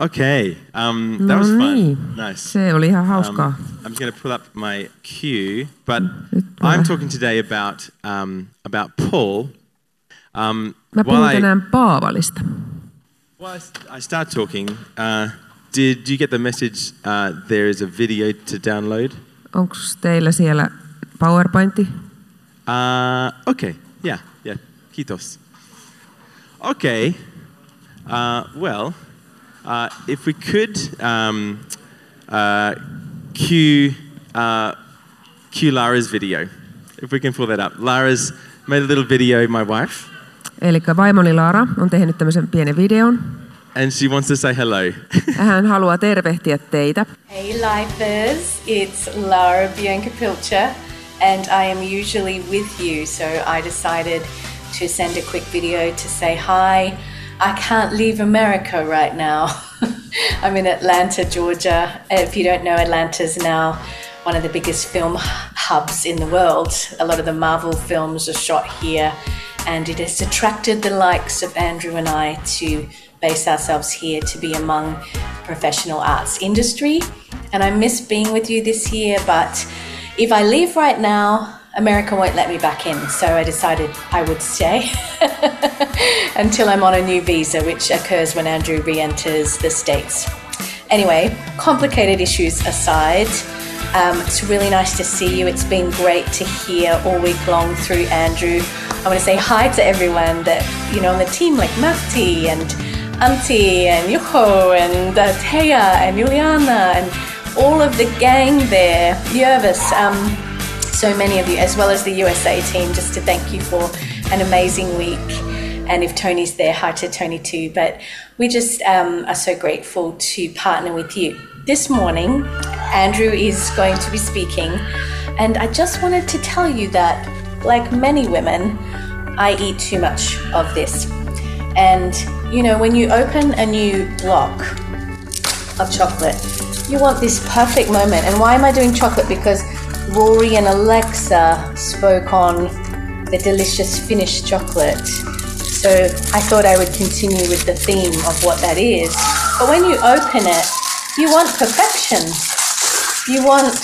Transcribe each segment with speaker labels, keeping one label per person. Speaker 1: Okay, um, that was
Speaker 2: No
Speaker 1: fun.
Speaker 2: niin.
Speaker 1: Nice.
Speaker 2: Se oli ihan
Speaker 1: Um,
Speaker 2: hauskaa.
Speaker 1: I'm just going to pull up my cue, but
Speaker 2: Nyt
Speaker 1: I'm
Speaker 2: tulee.
Speaker 1: talking today about um, about Paul. Um,
Speaker 2: Mä
Speaker 1: while
Speaker 2: puhun
Speaker 1: I,
Speaker 2: tänään Paavalista.
Speaker 1: while I s- I start talking, uh, did you get the message? Uh, there is a video to download.
Speaker 2: Onko teillä siellä PowerPointti?
Speaker 1: Uh, okay, yeah, yeah, Kitos. Okay, uh, well, uh, if we could um, uh, cue, uh, cue Lara's video, if we can pull that up. Lara's made a little video, my wife,
Speaker 2: Eli vaimoni Laara on tehnyt tämmöisen pienen videon.
Speaker 1: and she wants to say hello.
Speaker 2: Hän haluaa tervehtiä teitä.
Speaker 3: Hey lifers, it's Lara Bianca Pilcher, and I am usually with you, so I decided to send a quick video to say hi. I can't leave America right now. I'm in Atlanta, Georgia. If you don't know, Atlanta's now one of the biggest film hubs in the world. A lot of the Marvel films are shot here, and it has attracted the likes of Andrew and I to base ourselves here to be among the professional arts industry. And I miss being with you this year, but if I leave right now, America won't let me back in, so I decided I would stay until I'm on a new visa, which occurs when Andrew re enters the States. Anyway, complicated issues aside, um, it's really nice to see you. It's been great to hear all week long through Andrew. I want to say hi to everyone that, you know, on the team, like Mafti and Auntie and Yuko and uh, Taya and Juliana and all of the gang there, Yervis, um, so many of you, as well as the USA team, just to thank you for an amazing week. And if Tony's there, hi to Tony too. But we just um, are so grateful to partner with you. This morning, Andrew is going to be speaking, and I just wanted to tell you that, like many women, I eat too much of this. And you know, when you open a new block of chocolate. You want this perfect moment. And why am I doing chocolate? Because Rory and Alexa spoke on the delicious Finnish chocolate. So I thought I would continue with the theme of what that is. But when you open it, you want perfection. You want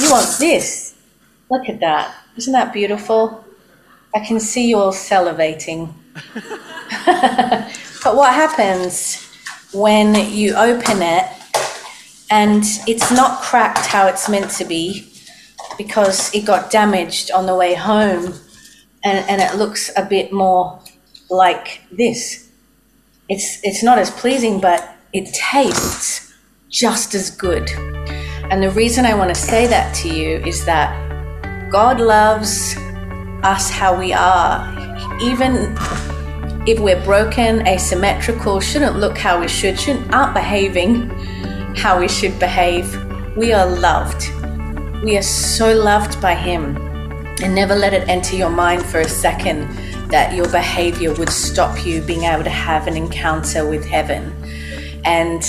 Speaker 3: you want this. Look at that. Isn't that beautiful? I can see you all salivating. but what happens when you open it and it's not cracked how it's meant to be because it got damaged on the way home and, and it looks a bit more like this. It's, it's not as pleasing, but it tastes just as good. And the reason I want to say that to you is that God loves us how we are, even if we're broken, asymmetrical, shouldn't look how we should, shouldn't aren't behaving how we should behave. We are loved. We are so loved by him. And never let it enter your mind for a second that your behavior would stop you being able to have an encounter with heaven. And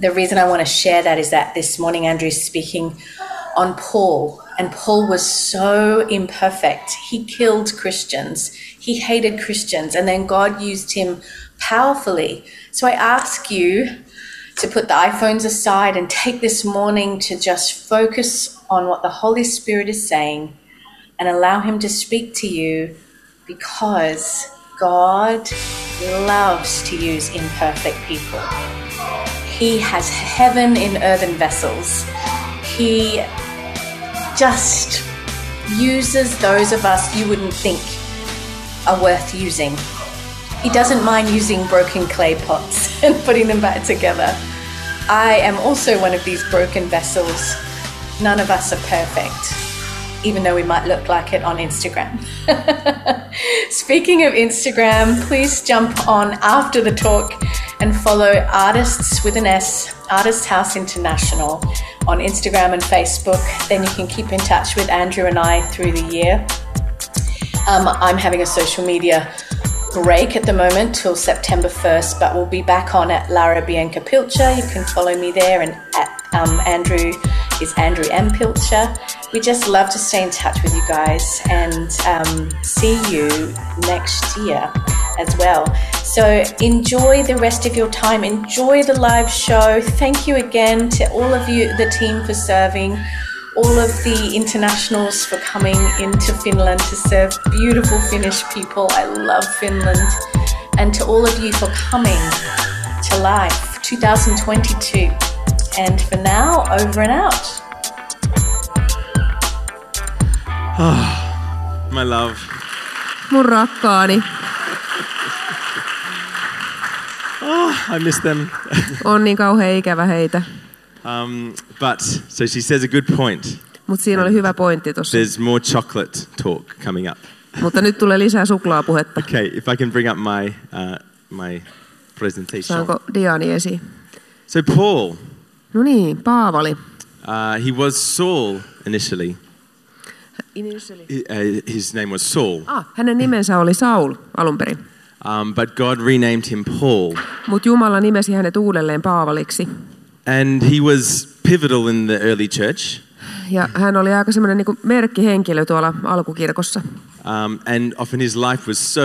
Speaker 3: the reason I want to share that is that this morning Andrew's speaking on Paul, and Paul was so imperfect. He killed Christians, he hated Christians, and then God used him powerfully. So I ask you to put the iPhones aside and take this morning to just focus on what the Holy Spirit is saying and allow Him to speak to you because God loves to use imperfect people. He has heaven in earthen vessels. He just uses those of us you wouldn't think are worth using. He doesn't mind using broken clay pots and putting them back together. I am also one of these broken vessels. None of us are perfect, even though we might look like it on Instagram. Speaking of Instagram, please jump on after the talk and follow Artists with an S, Artist House International, on Instagram and Facebook. Then you can keep in touch with Andrew and I through the year. Um, I'm having a social media break at the moment till September 1st, but we'll be back on at Lara Bianca Pilcher. You can follow me there and at um, Andrew is Andrew M. Pilcher. We just love to stay in touch with you guys and um, see you next year as well. So enjoy the rest of your time. Enjoy the live show. Thank you again to all of you, the team, for serving. All of the internationals for coming into Finland to serve beautiful Finnish people. I love Finland. And to all of you for coming to life 2022. And for now, over and out.
Speaker 1: My love.
Speaker 2: Mun rakkaani,
Speaker 1: Ah, I miss them.
Speaker 2: on niin kauhean ikävä heitä.
Speaker 1: Um, but, so she says a good point.
Speaker 2: Mutta siinä oli hyvä pointti tuossa.
Speaker 1: There's more chocolate talk coming up.
Speaker 2: Mutta nyt tulee lisää suklaapuhetta.
Speaker 1: Okay, if I can bring up my, uh, my presentation.
Speaker 2: Saanko Diani esiin?
Speaker 1: So, Paul,
Speaker 2: No niin, Paavali.
Speaker 1: uh, he was Saul initially. He- uh, His name was Saul,
Speaker 2: Ah, hänen nimensä oli Saul alun perin.
Speaker 1: um, but God renamed him Paul.
Speaker 2: Mutta Jumala nimesi hänet uudelleen Paavaliksi.
Speaker 1: And he was pivotal in the early church.
Speaker 2: Ja hän oli aika semmoinen niin merkkihenkilö tuolla alkukirkossa.
Speaker 1: Um, and often his life was so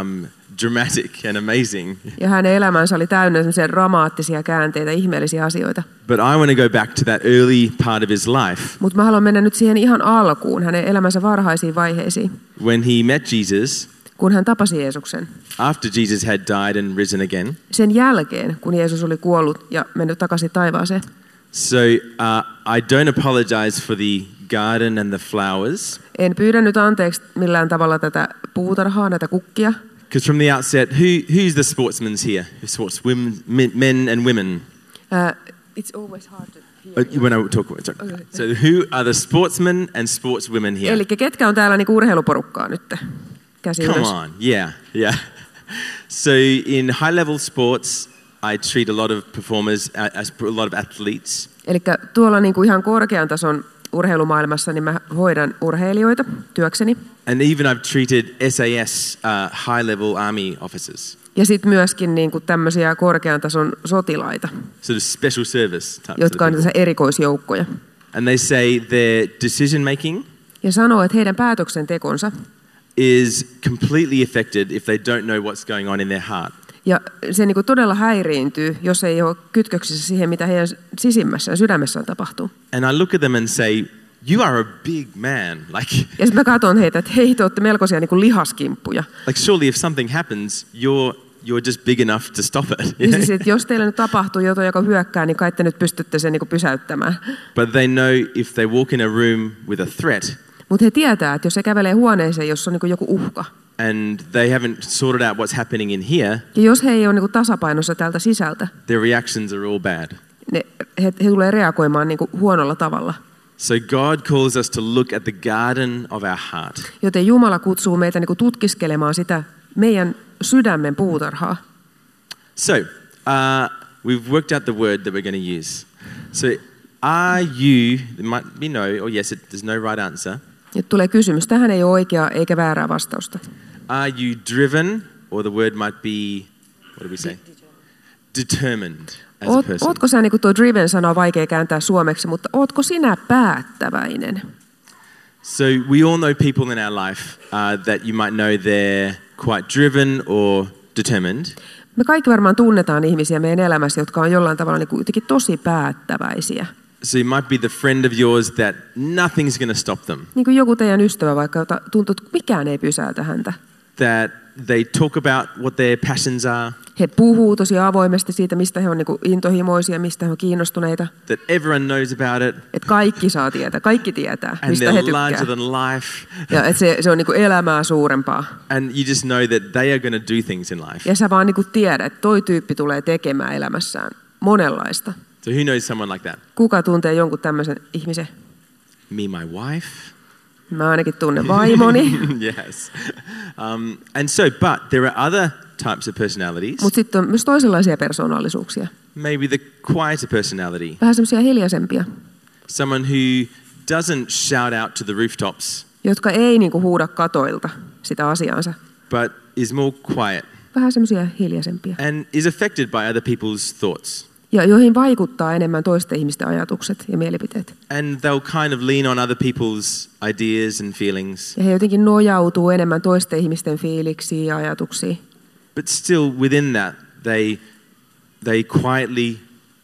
Speaker 1: um, dramatic and amazing.
Speaker 2: Ja hänen elämänsä oli täynnä semmoisia dramaattisia käänteitä, ihmeellisiä asioita.
Speaker 1: But I want to go back to that early part of his life
Speaker 2: Mutta mä haluan mennä nyt siihen ihan alkuun, hänen elämänsä varhaisiin vaiheisiin,
Speaker 1: when he met Jesus
Speaker 2: kun hän tapasi Jeesuksen.
Speaker 1: after Jesus had died and risen again.
Speaker 2: Sen jälkeen, kun Jeesus oli kuollut ja mennyt takaisin taivaaseen.
Speaker 1: So uh, I don't apologize for the garden and the flowers,
Speaker 2: En pyydä nyt anteeksi millään tavalla tätä puutarhaa, näitä kukkia.
Speaker 1: because from the outset, who, who's the sportsmen's here? Who sports women, men, men and women?
Speaker 2: Ää, It's always hard to hear.
Speaker 1: Uh, When I talk, sorry. so who are the sportsmen and sportswomen here?
Speaker 2: Eli ketkä on täällä niinku urheiluporukkaa nyt? Käsi
Speaker 1: Come
Speaker 2: ylös.
Speaker 1: on, yeah, yeah. So in high-level sports, I treat a lot of performers, a- as a lot of athletes.
Speaker 2: Eli tuolla niinku ihan korkean tason urheilumaailmassa niin mä hoidan urheilijoita työkseni.
Speaker 1: And even I've treated SAS uh, high level army officers,
Speaker 2: Ja sitten myöskin niinku tämmöisiä korkean tason sotilaita,
Speaker 1: sort of special service types. Of
Speaker 2: jotka on
Speaker 1: people.
Speaker 2: tässä erikoisjoukkoja.
Speaker 1: And they say their decision making
Speaker 2: Ja sanoo, että heidän päätöksentekonsa
Speaker 1: is completely affected if they don't know what's going on in their heart.
Speaker 2: ja se niinku todella häiriintyy, jos ei ole kytköksissä siihen, mitä heidän sisimmässään, sydämessään tapahtuu.
Speaker 1: And I look at them and say, You are a big man. Like,
Speaker 2: Ja sitten mä katson heitä, että hei, te olette melkoisia niin kuin lihaskimppuja.
Speaker 1: like surely if something happens, you're, you're just big enough to stop it. you
Speaker 2: Niin
Speaker 1: know?
Speaker 2: siis, että jos teillä nyt tapahtuu jotain, joka hyökkää, niin kai te nyt pystytte sen niin kuin pysäyttämään.
Speaker 1: But they know if they walk in a room with a threat
Speaker 2: Mutta he tietää, että jos se kävelee huoneeseen, jossa on niin kuin joku uhka,
Speaker 1: and they haven't sorted out what's happening in here,
Speaker 2: ja jos he ei ole niin kuin tasapainossa täältä sisältä,
Speaker 1: their reactions are all bad.
Speaker 2: ne, he, he tulee reagoimaan niin kuin huonolla tavalla.
Speaker 1: So God calls us to look at the garden of our heart.
Speaker 2: Joten Jumala kutsuu meitä niin kuin tutkiskelemaan sitä meidän sydämen puutarhaa.
Speaker 1: So uh, we've worked out the word that we're going to use. So are you? There might be no, or yes. It, there's no right answer.
Speaker 2: Nyt tulee kysymys. Tähän ei ole oikeaa eikä väärää vastausta.
Speaker 1: Are you driven, or the word might be? What do we say? Determined as a
Speaker 2: Oot,
Speaker 1: person.
Speaker 2: ootko sä, niin kuin tuo driven-sana on vaikea kääntää suomeksi, mutta ootko sinä päättäväinen?
Speaker 1: So we all know people in our life uh, that you might know they're quite driven or determined,
Speaker 2: Me kaikki varmaan tunnetaan ihmisiä meidän elämässä, jotka on jollain tavalla niin kuin jotenkin tosi päättäväisiä.
Speaker 1: So you might be the friend of yours that nothing's going to stop them.
Speaker 2: Niin kuin joku teidän ystävä vaikka, jota tuntuu, että mikään ei pysäytä häntä.
Speaker 1: That they talk about what their passions are,
Speaker 2: He puhuu tosi avoimesti siitä, mistä he on niin kuin intohimoisia, mistä he on kiinnostuneita.
Speaker 1: that everyone knows about it,
Speaker 2: Että kaikki saa tietää, kaikki tietää,
Speaker 1: and
Speaker 2: mistä he
Speaker 1: they're
Speaker 2: tykkää.
Speaker 1: larger than life,
Speaker 2: Ja että se, se on niin kuin elämää suurempaa.
Speaker 1: and you just know that they are going to do things in life.
Speaker 2: Ja sä vaan niin kuin tiedät, että toi tyyppi tulee tekemään elämässään monenlaista.
Speaker 1: So who knows someone like that?
Speaker 2: Kuka tuntee jonkun tämmöisen ihmisen?
Speaker 1: Me, my wife.
Speaker 2: Mä ainakin tunnen vaimoni.
Speaker 1: yes. Um, and so, but there are other types of personalities.
Speaker 2: Mutta sitten on myös toisenlaisia persoonallisuuksia.
Speaker 1: Maybe the quieter personality,
Speaker 2: Vähän semmoisia hiljaisempia,
Speaker 1: someone who doesn't shout out to the rooftops,
Speaker 2: jotka ei niinku huuda katoilta sitä asiaansa.
Speaker 1: but is more quiet
Speaker 2: Vähän semmoisia hiljaisempia.
Speaker 1: and is affected by other people's thoughts.
Speaker 2: ja joihin vaikuttaa enemmän toisten ihmisten ajatukset ja mielipiteet.
Speaker 1: And they'll kind of lean on other people's ideas and feelings,
Speaker 2: Ja he jotenkin nojautuu enemmän toisten ihmisten fiiliksiin ja ajatuksiin.
Speaker 1: but still within that, they, they quietly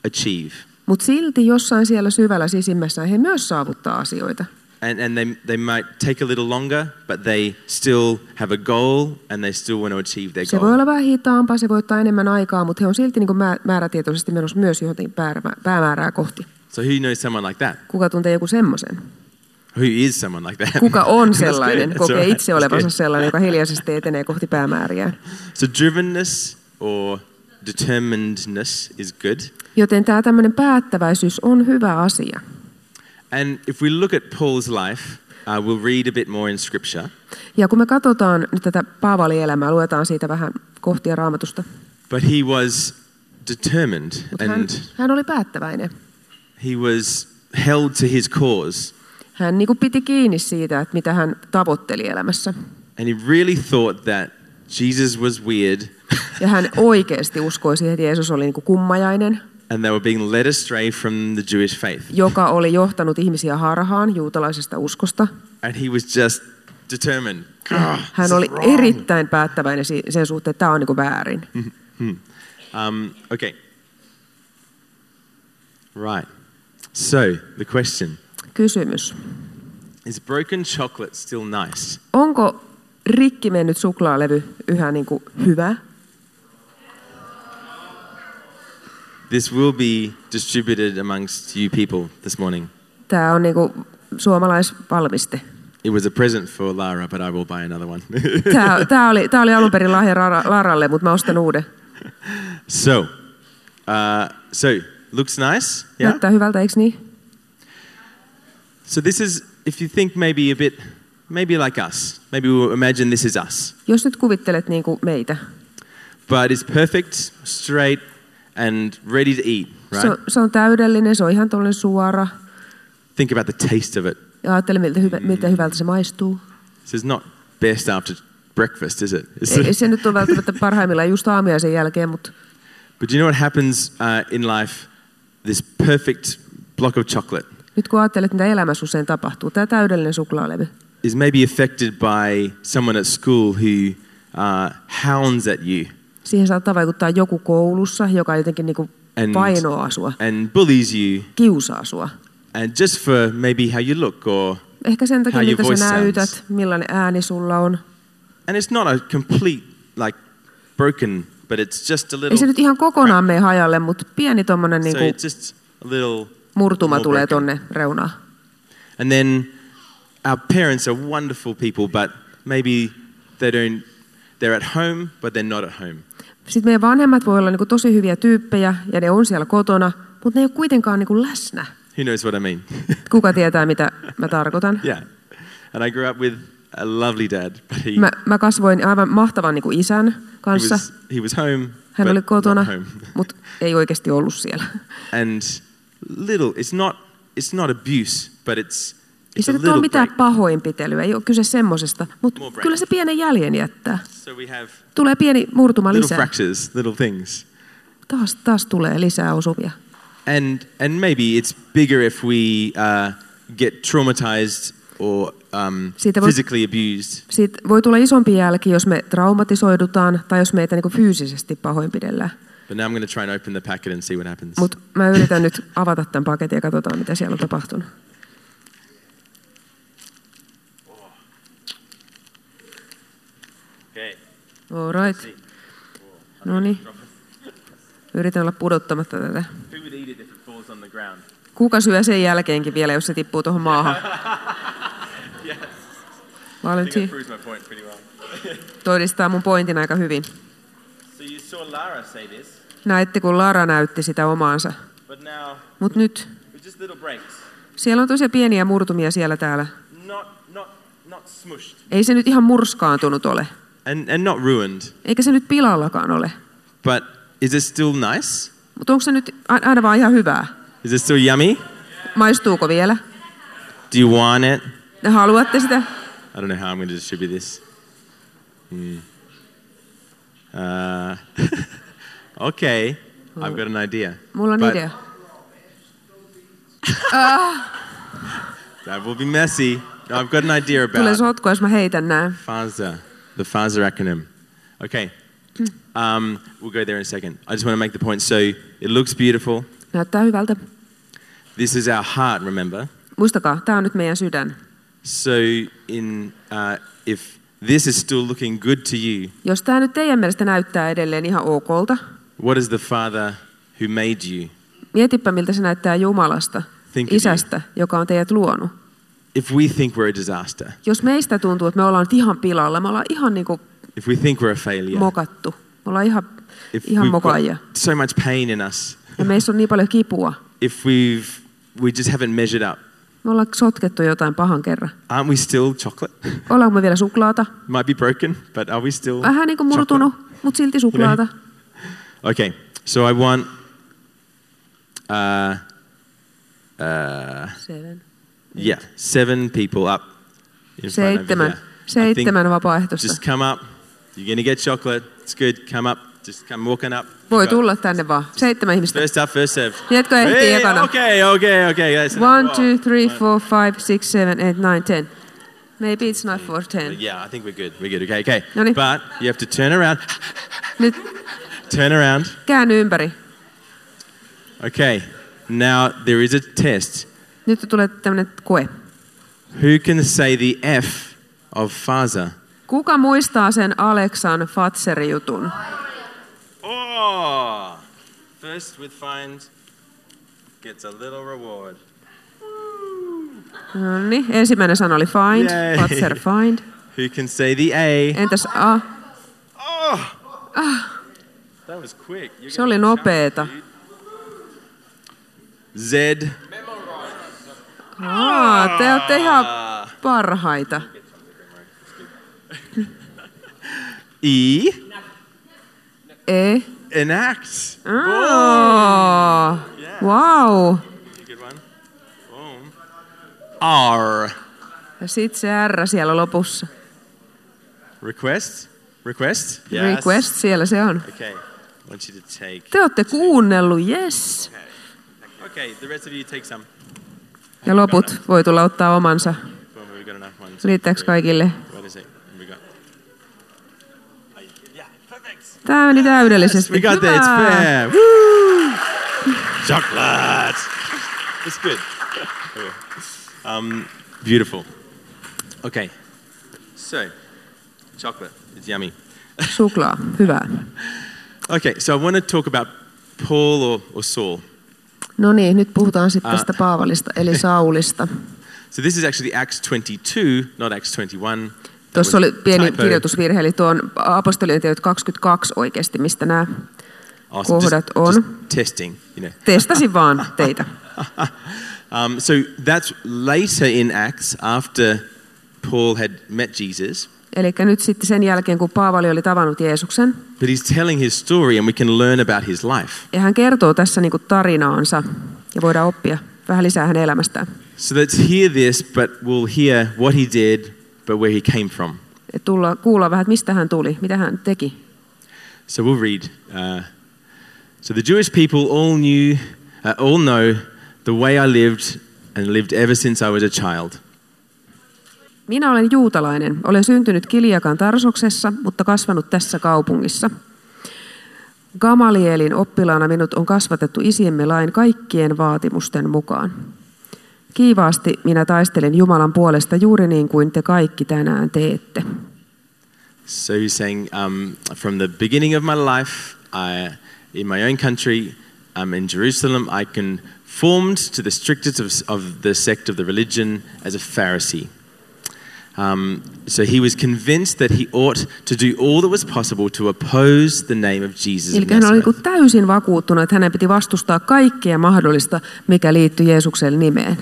Speaker 1: achieve.
Speaker 2: Mutta silti jossain siellä syvällä sisimmässään he myös saavuttaa asioita.
Speaker 1: And, and they, they might take a little longer, but they still have a goal and they still want to achieve their
Speaker 2: Se voi
Speaker 1: goal.
Speaker 2: olla vähän hitaampaa, se voi ottaa enemmän aikaa, mutta he on silti niin kuin määrätietoisesti menossa myös johonkin päärä- päämäärää kohti.
Speaker 1: So who knows someone like that?
Speaker 2: Kuka tuntee joku semmoisen?
Speaker 1: Who is someone like that?
Speaker 2: Kuka on
Speaker 1: That's good.
Speaker 2: sellainen,
Speaker 1: That's
Speaker 2: kokee
Speaker 1: alright.
Speaker 2: itse
Speaker 1: That's
Speaker 2: olevansa
Speaker 1: good.
Speaker 2: sellainen, joka hiljaisesti etenee kohti päämääriä.
Speaker 1: So drivenness or determinedness is good.
Speaker 2: Joten tämä tämmöinen päättäväisyys on hyvä asia.
Speaker 1: And if we look at Paul's life, uh, we'll read a bit more in Scripture.
Speaker 2: Ja kun me katsotaan nyt tätä Paavalin elämää, luetaan siitä vähän kohtia raamatusta.
Speaker 1: But he was determined
Speaker 2: Mutta hän,
Speaker 1: and
Speaker 2: hän oli päättäväinen.
Speaker 1: he was held to his cause.
Speaker 2: Hän niin kuin piti kiinni siitä, että mitä hän tavoitteli elämässä.
Speaker 1: And he really thought that Jesus was weird
Speaker 2: Ja hän oikeasti uskoi siihen, että Jeesus oli niin kuin kummajainen,
Speaker 1: and they were being led astray from the Jewish faith.
Speaker 2: joka oli johtanut ihmisiä harhaan juutalaisesta uskosta.
Speaker 1: And he was just determined. "Gah, this
Speaker 2: Hän
Speaker 1: is
Speaker 2: oli
Speaker 1: wrong."
Speaker 2: erittäin päättäväinen si- sen suhteen, että tämä on niin kuin väärin.
Speaker 1: Um, okay. Right. So, the question
Speaker 2: Kysymys.
Speaker 1: is broken chocolate still nice?
Speaker 2: Onko rikki mennyt suklaalevy yhä niin kuin hyvä?
Speaker 1: This will be distributed amongst you people this morning.
Speaker 2: Tämä on niin kuin suomalaisvalmiste.
Speaker 1: It was a present for Lara, but I will buy another one.
Speaker 2: Tämä, tämä, oli, tämä oli alun perin lahja Rara- Laralle, mutta mä ostan uuden.
Speaker 1: so, uh, so looks nice. Yeah.
Speaker 2: Näyttää hyvältä, eikö niin?
Speaker 1: So this is, if you think maybe a bit, maybe like us. Maybe we'll imagine this is us,
Speaker 2: Jos nyt kuvittelet niin kuin meitä,
Speaker 1: but it's perfect, straight, and ready to eat. Right.
Speaker 2: se, on- se on täydellinen, se on ihan tuollainen suora.
Speaker 1: think about the taste of it.
Speaker 2: Ja ajattele, miltä, hyvä,
Speaker 1: Mm.
Speaker 2: miltä hyvältä se maistuu.
Speaker 1: This is not best after breakfast, is it? It's-
Speaker 2: Ei se nyt ole välttämättä parhaimmillaan just aamiaisen jälkeen, mutta
Speaker 1: But do you know what happens uh, in life? This perfect block of chocolate
Speaker 2: nyt kun ajattelet, mitä elämässä usein tapahtuu, tämä täydellinen suklaalevy.
Speaker 1: is maybe affected by someone at school who uh, hounds at you
Speaker 2: Siihen saattaa vaikuttaa joku koulussa, joka jotenkin niin kuin
Speaker 1: En-
Speaker 2: painoaa sua,
Speaker 1: and bullies you,
Speaker 2: kiusaa sua.
Speaker 1: and just for maybe how you look, or
Speaker 2: Ehkä sen takia,
Speaker 1: How your
Speaker 2: mitä
Speaker 1: voice
Speaker 2: sä
Speaker 1: sounds.
Speaker 2: näytät, millainen ääni sulla on.
Speaker 1: and it's not a complete like broken, but it's just a
Speaker 2: Ei se
Speaker 1: little.
Speaker 2: nyt ihan kokonaan mene hajalle, mutta pieni tuommoinen
Speaker 1: So
Speaker 2: niin
Speaker 1: it's just a little
Speaker 2: murtuma
Speaker 1: more
Speaker 2: tulee
Speaker 1: broken.
Speaker 2: tonne reunaan.
Speaker 1: And then our parents are wonderful people, but maybe they don't. They're at home, but they're not at home.
Speaker 2: Sitten meidän vanhemmat voi olla niin kuin tosi hyviä tyyppejä ja ne on siellä kotona, mutta ne ei ole kuitenkaan niin kuin läsnä.
Speaker 1: Who knows what I mean?
Speaker 2: Kuka tietää, mitä mä tarkoitan?
Speaker 1: yeah. And I grew up with a lovely dad, but he,
Speaker 2: Mä, mä kasvoin aivan mahtavan niin kuin isän
Speaker 1: he,
Speaker 2: kanssa.
Speaker 1: was, he was home.
Speaker 2: Hän
Speaker 1: but
Speaker 2: oli
Speaker 1: not
Speaker 2: kotona,
Speaker 1: home.
Speaker 2: mutta ei oikeasti ollut siellä.
Speaker 1: And little, it's not, it's not abuse, but it's,
Speaker 2: Ei
Speaker 1: it's
Speaker 2: se
Speaker 1: a
Speaker 2: nyt ole
Speaker 1: little
Speaker 2: mitään
Speaker 1: break.
Speaker 2: pahoinpitelyä, ei ole kyse semmoisesta, mutta
Speaker 1: More break.
Speaker 2: kyllä se pienen jäljen jättää.
Speaker 1: So we have
Speaker 2: Tulee pieni murtuma
Speaker 1: little
Speaker 2: lisää.
Speaker 1: fractures, little things.
Speaker 2: Taas, taas tulee lisää osuvia.
Speaker 1: And, and maybe it's bigger if we uh, get traumatized or um,
Speaker 2: Siitä voi-
Speaker 1: physically abused.
Speaker 2: Siitä voi tulla isompi jälki, jos me traumatisoidutaan tai jos meitä niin fyysisesti pahoinpidellään.
Speaker 1: But now I'm going to try and open the packet and see what happens.
Speaker 2: Mutta mä yritän nyt avata tämän paketin ja katsotaan, mitä siellä on tapahtunut.
Speaker 1: Okay.
Speaker 2: All right. No niin. Yritän olla pudottamatta tätä.
Speaker 1: Who would eat it if it falls on the ground?
Speaker 2: Kuka syö sen jälkeenkin vielä, jos se tippuu tuohon maahan?
Speaker 1: Yes.
Speaker 2: Valentin
Speaker 1: proves my point pretty well.
Speaker 2: todistaa mun pointin aika hyvin.
Speaker 1: So you saw Lara say this,
Speaker 2: Näitte, kun Lara näytti sitä omaansa.
Speaker 1: but now
Speaker 2: Mutta nyt,
Speaker 1: with just little breaks,
Speaker 2: siellä on tosiaan pieniä murtumia siellä täällä.
Speaker 1: not not not smushed
Speaker 2: Ei se nyt ihan murskaantunut ole.
Speaker 1: and and not ruined.
Speaker 2: Eikä se nyt pilallakaan ole.
Speaker 1: But is it still nice?
Speaker 2: Mutta onko se nyt a- aina vaan ihan hyvää?
Speaker 1: Is it still yummy?
Speaker 2: Maistuuko vielä?
Speaker 1: Do you want it?
Speaker 2: Te haluatte sitä?
Speaker 1: I don't know how I'm going to distribute this. Hmm. Uh, okay. I've got an idea.
Speaker 2: Mulla on
Speaker 1: But
Speaker 2: idea.
Speaker 1: That will be messy. No, I've got an idea
Speaker 2: Tulee
Speaker 1: about
Speaker 2: sotkua, jos mä heitän nää.
Speaker 1: FASA, the FASA acronym. Okay. Um, we'll go there in a second. I just want to make the point. So it looks beautiful.
Speaker 2: Näyttää hyvältä.
Speaker 1: This is our heart, remember?
Speaker 2: Muistakaa, tämä on nyt meidän sydän.
Speaker 1: So in, uh, if this is still looking good to you,
Speaker 2: Jos tämä nyt teidän mielestä näyttää edelleen ihan okolta,
Speaker 1: what is the Father who made you?
Speaker 2: mietipä miltä se näyttää Jumalasta,
Speaker 1: Think of
Speaker 2: isästä, joka on teidät luonut.
Speaker 1: If we think we're a disaster,
Speaker 2: Jos meistä tuntuu, että me ollaan nyt ihan pilalla, me ollaan ihan niin kuin
Speaker 1: if we think we're a failure,
Speaker 2: mokattu, me ollaan ihan,
Speaker 1: if
Speaker 2: ihan
Speaker 1: we've
Speaker 2: mokaajia.
Speaker 1: got so much pain in us,
Speaker 2: Ja meissä on niin paljon kipua.
Speaker 1: if we've we just haven't measured up,
Speaker 2: Me ollaan sotkettu jotain pahan kerran.
Speaker 1: aren't we still chocolate?
Speaker 2: Ollaanko me vielä suklaata?
Speaker 1: Might be broken, but are we still
Speaker 2: Vähän niin kuin murtunut, mutta silti suklaata.
Speaker 1: Okay, so I want uh,
Speaker 2: Seven.
Speaker 1: yeah seven people up. In front over
Speaker 2: Seitsemän.
Speaker 1: here. I think
Speaker 2: Seitsemän vapaaehtoista.
Speaker 1: just come up. You're gonna get chocolate. It's good. Come up. Just come walking up.
Speaker 2: Voi
Speaker 1: You got-
Speaker 2: tulla tänne vaan. Seitsemän ihmistä.
Speaker 1: First up, first serve.
Speaker 2: Tiedätkö, ehtii
Speaker 1: Hey,
Speaker 2: ekana.
Speaker 1: okay, okay, okay. That's enough.
Speaker 2: One,
Speaker 1: Whoa.
Speaker 2: two, three, four, five, six, seven, eight, nine, ten. Maybe it's not for ten.
Speaker 1: Yeah, I think we're good. We're good. Okay, okay.
Speaker 2: No niin.
Speaker 1: But you have to turn around.
Speaker 2: Nyt
Speaker 1: Turn around.
Speaker 2: käänny ympäri.
Speaker 1: Okay. Now there is a test.
Speaker 2: Nyt tulee tämmöinen koe.
Speaker 1: Who can say the F of Faza?
Speaker 2: Kuka muistaa sen Aleksan Fatser-jutun?
Speaker 1: Oh! First with find gets a little reward.
Speaker 2: No niin, ensimmäinen sana oli find,
Speaker 1: Yay.
Speaker 2: Fatser find.
Speaker 1: Who can say the A?
Speaker 2: Entäs A?
Speaker 1: Oh! That was quick. You're
Speaker 2: Ah. Se
Speaker 1: gonna
Speaker 2: oli
Speaker 1: get
Speaker 2: nopeeta.
Speaker 1: chunked, dude. Z.
Speaker 2: Aa, te olette ihan
Speaker 1: Uh.
Speaker 2: parhaita.
Speaker 1: E.
Speaker 2: E.
Speaker 1: Enact.
Speaker 2: Aa, wow.
Speaker 1: Good one. Boom. R.
Speaker 2: Ja sit se R siellä lopussa.
Speaker 1: Request? Request?
Speaker 2: Request, siellä se on.
Speaker 1: Okay. I want you to take.
Speaker 2: Te olette kuunnellut, yes.
Speaker 1: Okay, the rest of you take some.
Speaker 2: Ja loput voi tulla ottaa omansa.
Speaker 1: Boom, we've got enough ones.
Speaker 2: Riittääks kaikille?
Speaker 1: What is it? We got. Yeah, perfect.
Speaker 2: Tämä meni täydellisesti.
Speaker 1: We got that. It's
Speaker 2: Hyvä.
Speaker 1: fair. Woo! Chocolate. It's good. Okay. Um, beautiful. Okay. So, chocolate. It's yummy.
Speaker 2: Suklaa, hyvä.
Speaker 1: Okay, so I want to talk about Paul or, or Saul.
Speaker 2: No niin, nyt puhutaan sitten
Speaker 1: Ah.
Speaker 2: tästä Paavalista, eli Saulista.
Speaker 1: So this is actually Acts 22, not Acts 21. That was
Speaker 2: Tuossa oli pieni
Speaker 1: typo.
Speaker 2: kirjoitusvirhe, eli tuo on apostolien teot 22 oikeasti, mistä nämä
Speaker 1: Awesome. Just-
Speaker 2: kohdat on.
Speaker 1: just testing, you know.
Speaker 2: testasin vaan teitä.
Speaker 1: Um, so that's later in Acts after Paul had met Jesus,
Speaker 2: Eli nyt sitten sen jälkeen, kun Paavali oli tavannut Jeesuksen,
Speaker 1: but he's telling his story and we can learn about his life.
Speaker 2: ja hän kertoo tässä niin kuin tarinaansa, ja voidaan oppia vähän lisää hänen elämästään.
Speaker 1: So let's hear this, but we'll hear what he did, but where he came from.
Speaker 2: Et tulla, kuulla vähän, että mistä hän tuli, mitä hän teki.
Speaker 1: So we'll read. Uh, so the Jewish people all knew, uh, all know the way I lived and lived ever since I was a child.
Speaker 2: Minä olen juutalainen. Olen syntynyt Kiliakan Tarsoksessa, mutta kasvanut tässä kaupungissa. Gamalielin oppilaana minut on kasvatettu isiemme lain kaikkien vaatimusten mukaan. Kiivaasti minä taistelen Jumalan puolesta juuri niin kuin te kaikki tänään teette.
Speaker 1: So he's saying, um, from the beginning of my life, I, in my own country, um, in Jerusalem, I conformed to the strictest of, of the sect of the religion as a Pharisee. Um, so he was convinced that he ought to do all that was possible to oppose the name of Jesus. of
Speaker 2: Eli hän oli
Speaker 1: Nazareth.
Speaker 2: niin kuin täysin vakuuttunut, että hänen piti vastustaa kaikkea mahdollista, mikä liittyy Jeesuksen nimeen.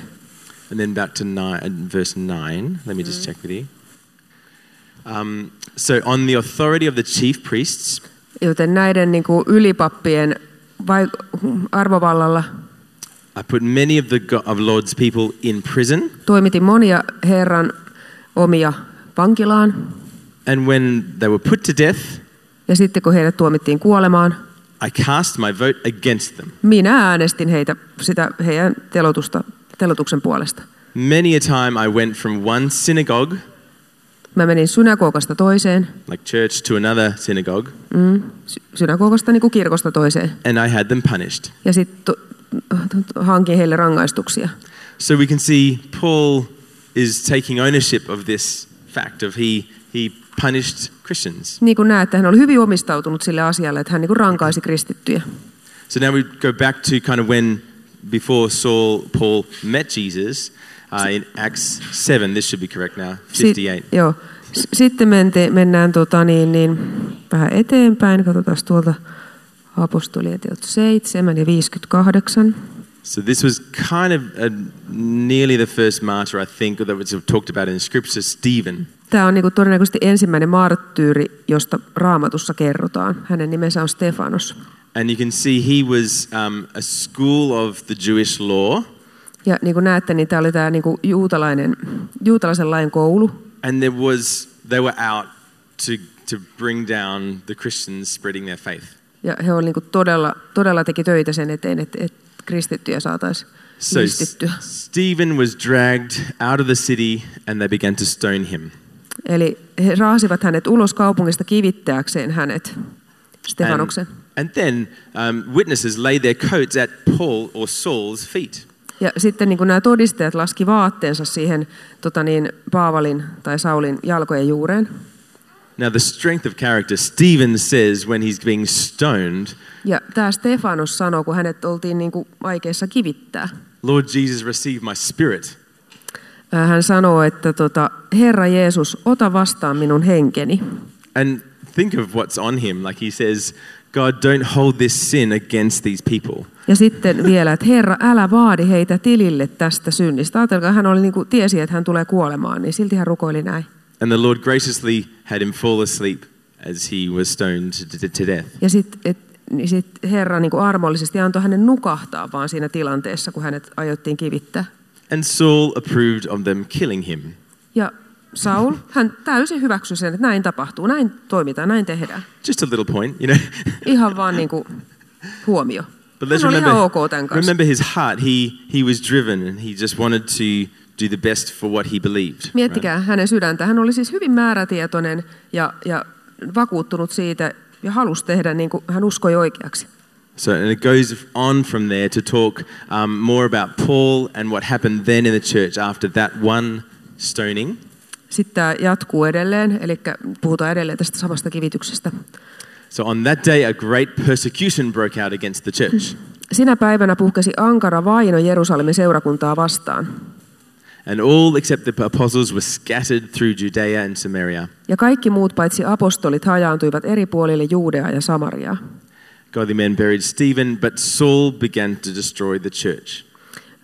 Speaker 1: And then back to nine, uh, verse 9. Let me just check with you. Um, so, on the authority of the chief priests,
Speaker 2: Joten näiden niin kuin ylipappien vai- arvovallalla
Speaker 1: I put many of the go- of Lord's people in prison.
Speaker 2: toimitin monia Herran omia vankilaan.
Speaker 1: And when they were put to death,
Speaker 2: Ja sitten kun heidät tuomittiin kuolemaan,
Speaker 1: I cast my vote against them.
Speaker 2: Minä äänestin heitä sitä heidän telotusta, telotuksen puolesta.
Speaker 1: Many a time I went from one synagogue,
Speaker 2: Mä menin synagogasta toiseen,
Speaker 1: like church, to another synagogue,
Speaker 2: sy- synagogasta niin kuin kirkosta toiseen,
Speaker 1: and I had them punished.
Speaker 2: ja sitten hankin heille rangaistuksia.
Speaker 1: So we can see Paul is taking ownership of this fact of he he punished Christians.
Speaker 2: Niin kuin näette, hän oli hyvin omistautunut sille asialle, että hän niin kuin rankaisi kristittyjä.
Speaker 1: So now we go back to kind of when before Saul Paul met Jesus uh, in Acts seven. This should be correct now.
Speaker 2: Sit-
Speaker 1: Fifty eight.
Speaker 2: joo. S- Sitten mente, mennään tota, niin, niin, vähän eteenpäin. Katsotaan tuolta apostolien teot 7 ja 58.
Speaker 1: So this was kind of uh nearly the first martyr I think that was talked about in Scripture, Stephen.
Speaker 2: Tämä on niin kuin todennäköisesti ensimmäinen marttyyri, josta raamatussa kerrotaan. Hänen nimensä on Stefanos.
Speaker 1: And you can see he was um, a school of the Jewish law,
Speaker 2: Ja niin kuin näette, niin tämä oli tämä niin kuin juutalainen, juutalaisen lain koulu.
Speaker 1: and there was they were out to to bring down the Christians spreading their faith.
Speaker 2: Ja he on niin kuin todella, todella teki töitä sen eteen, että, että kristittyjä saataisiin
Speaker 1: So S-
Speaker 2: kristittyä.
Speaker 1: Stephen was dragged out of the city, and they began to stone him.
Speaker 2: Eli he raasivat hänet ulos kaupungista kivittääkseen hänet, Stefanoksen.
Speaker 1: And, and then um, witnesses laid their coats at Paul or Saul's feet.
Speaker 2: Ja sitten niin kuin nämä todistajat laski vaatteensa siihen tota niin, Paavalin tai Saulin jalkojen juureen.
Speaker 1: Now, the strength of character, Stephen says when he's being stoned,
Speaker 2: Ja tämä Stefanos sanoi, kun hänet oltiin niin kuin aikeissa kivittää.
Speaker 1: Lord Jesus, receive my spirit.
Speaker 2: Ää, Hän sanoi, että tota, Herra Jeesus, ota vastaan minun henkeni.
Speaker 1: And think of what's on him. Like he says, God, don't hold this sin against these people.
Speaker 2: Ja sitten vielä, että Herra, älä vaadi heitä tilille tästä synnistä. Ajatelkaa, hän oli niin kuin, tiesi, että hän tulee kuolemaan, niin silti hän rukoili näin.
Speaker 1: And the Lord graciously had him fall asleep as he was stoned to, to- to death.
Speaker 2: Ja sitten niin sit Herra niin kuin armollisesti antoi hänen nukahtaa vaan siinä tilanteessa, kun hänet aiottiin kivittää.
Speaker 1: And Saul approved of them killing him.
Speaker 2: Ja Saul, hän täysin hyväksyi sen, että näin tapahtuu, näin toimitaan, näin tehdään.
Speaker 1: Just a little point, you know.
Speaker 2: Ihan vaan niin kuin huomio.
Speaker 1: But let's
Speaker 2: Hän oli ihan ok tämän
Speaker 1: remember,
Speaker 2: kanssa.
Speaker 1: remember his heart. He, he was driven and he just wanted to do the best for what he believed. right?
Speaker 2: Miettikää hänen sydäntä. Hän oli siis hyvin määrätietoinen ja, ja vakuuttunut siitä ja halusi tehdä niin kuin hän uskoi oikeaksi.
Speaker 1: So, and it goes on from there to talk um, more about Paul and what happened then in the church after that one stoning.
Speaker 2: Sitten tämä jatkuu edelleen, eli puhutaan edelleen tästä samasta kivityksestä.
Speaker 1: So on that day, a great persecution broke out against the church,
Speaker 2: Sinä päivänä puhkesi ankara vaino Jerusalemin seurakuntaa vastaan.
Speaker 1: and all except the apostles were scattered through Judea and Samaria.
Speaker 2: Ja kaikki muut paitsi apostolit hajaantuivat eri puolille Juudeaa ja Samariaa.
Speaker 1: Godly men buried Stephen, but Saul began to destroy the church.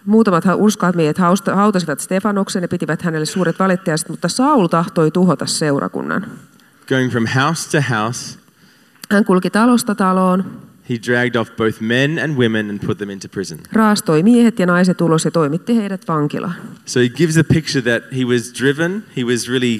Speaker 2: Muutamat ha- uskaat miehet hausta- hautasivat Stefanoksen ja pitivät hänelle suuret valittajat, mutta Saul tahtoi tuhota seurakunnan.
Speaker 1: Going from house to house,
Speaker 2: Hän kulki talosta taloon,
Speaker 1: he dragged off both men and women and put them into prison.
Speaker 2: raastoi miehet ja naiset ulos ja toimitti heidät vankilaan.
Speaker 1: So he gives a picture that he was driven, he was really,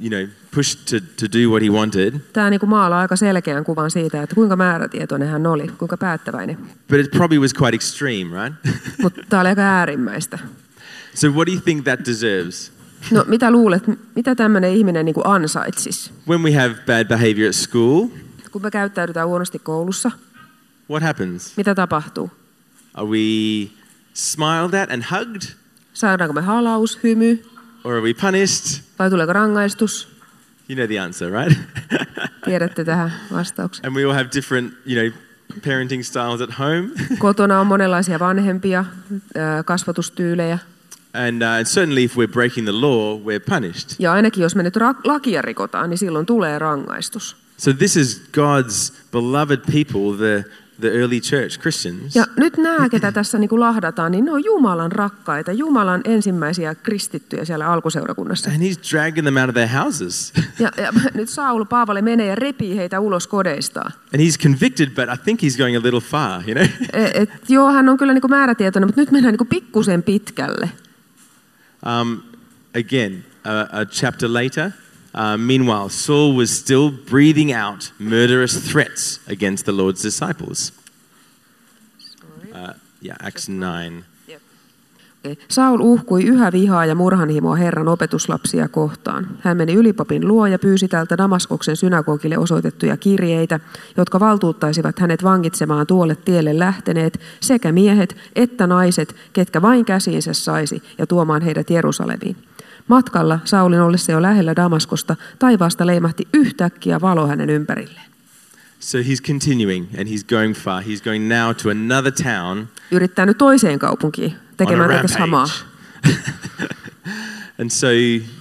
Speaker 1: you know, pushed to, to do what he wanted,
Speaker 2: Tämä niin kuin maalaa aika selkeän kuvan siitä, että kuinka määrätietoinen hän oli, kuinka päättäväinen.
Speaker 1: but it probably was quite extreme, right?
Speaker 2: Mutta tämä oli aika äärimmäistä.
Speaker 1: so what do you think that deserves?
Speaker 2: No mitä luulet, mitä tämmöinen ihminen niin kuin ansaitsisi?
Speaker 1: When we have bad behavior at school,
Speaker 2: Kun me käyttäydytään huonosti koulussa,
Speaker 1: what happens?
Speaker 2: mitä tapahtuu?
Speaker 1: Are we smiled at and hugged?
Speaker 2: Saadaanko me halaus, hymy
Speaker 1: Or are we punished?
Speaker 2: vai tuleeko rangaistus?
Speaker 1: You know the answer, right?
Speaker 2: Tiedätte tähän vastauksen.
Speaker 1: and we all have different, you know, parenting styles at home.
Speaker 2: Kotona on monenlaisia vanhempia, ö, kasvatustyylejä.
Speaker 1: and, uh, and certainly if we're breaking the law, we're punished.
Speaker 2: Ja ainakin jos me nyt ra- lakia rikotaan, niin silloin tulee rangaistus.
Speaker 1: So this is God's beloved people, the, the early church Christians.
Speaker 2: Ja nyt nämä, ketä tässä niin kuin lahdataan, niin ne on Jumalan rakkaita, Jumalan ensimmäisiä kristittyjä siellä alkuseurakunnassa.
Speaker 1: And he's dragging them out of their houses.
Speaker 2: Ja, ja nyt Saul Paavalle menee ja repii heitä ulos kodeistaan.
Speaker 1: and he's convicted, but I think he's going a little far, you know?
Speaker 2: Et, E, et, joo, hän on kyllä niin kuin määrätietoinen, mutta nyt mennään niin kuin pikkusen pitkälle.
Speaker 1: Um, again, uh, a chapter later, Uh, meanwhile, Saul was still breathing out murderous threats against the Lord's disciples. Uh, yeah, Acts 9.
Speaker 2: Saul uhkui yhä vihaa ja murhanhimoa Herran opetuslapsia kohtaan. Hän meni ylipapin luo ja pyysi tältä Damaskoksen synagogille osoitettuja kirjeitä, jotka valtuuttaisivat hänet vangitsemaan tuolle tielle lähteneet sekä miehet että naiset, ketkä vain käsiinsä saisi, ja tuomaan heidät Jerusalemiin. Matkalla Saulin ollessa jo lähellä Damaskosta taivaasta leimahti yhtäkkiä valo hänen ympärilleen.
Speaker 1: So he's continuing and he's going far. He's going now to another town
Speaker 2: Yrittää nyt toiseen kaupunkiin
Speaker 1: on a
Speaker 2: tekemään tätä samaa.
Speaker 1: rampage. and so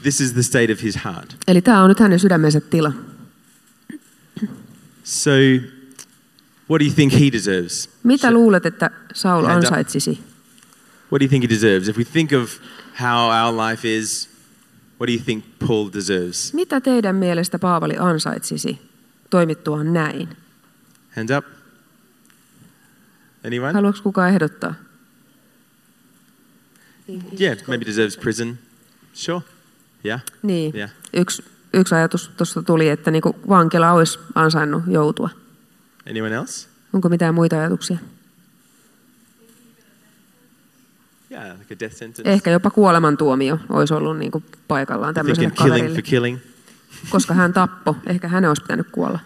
Speaker 1: this is the state of his heart.
Speaker 2: Eli tämä on nyt hänen sydämensä tila.
Speaker 1: So, what do you think he deserves?
Speaker 2: Mitä luulet, että Saul
Speaker 1: Häntä-
Speaker 2: ansaitsisi?
Speaker 1: What do you think he deserves? If we think of how our life is, what do you think Paul deserves?
Speaker 2: Mitä teidän mielestä Paavali ansaitsisi toimittuaan näin?
Speaker 1: Hands up. Anyone?
Speaker 2: Haluaako kukaan ehdottaa?
Speaker 1: Yeah, maybe deserves prison. Sure. Yeah.
Speaker 2: Niin.
Speaker 1: Yeah.
Speaker 2: Yksi, yksi ajatus tuosta tuli, että niin vankila olisi ansainnut joutua.
Speaker 1: Anyone else?
Speaker 2: Onko mitään muita ajatuksia?
Speaker 1: Yeah, like a death sentence.
Speaker 2: Ehkä jopa kuolemantuomio olisi ollut niin paikallaan tämmöiselle
Speaker 1: Thinking killing
Speaker 2: kaverille.
Speaker 1: for killing.
Speaker 2: Koska hän tappoi, ehkä hänen olisi pitänyt kuolla.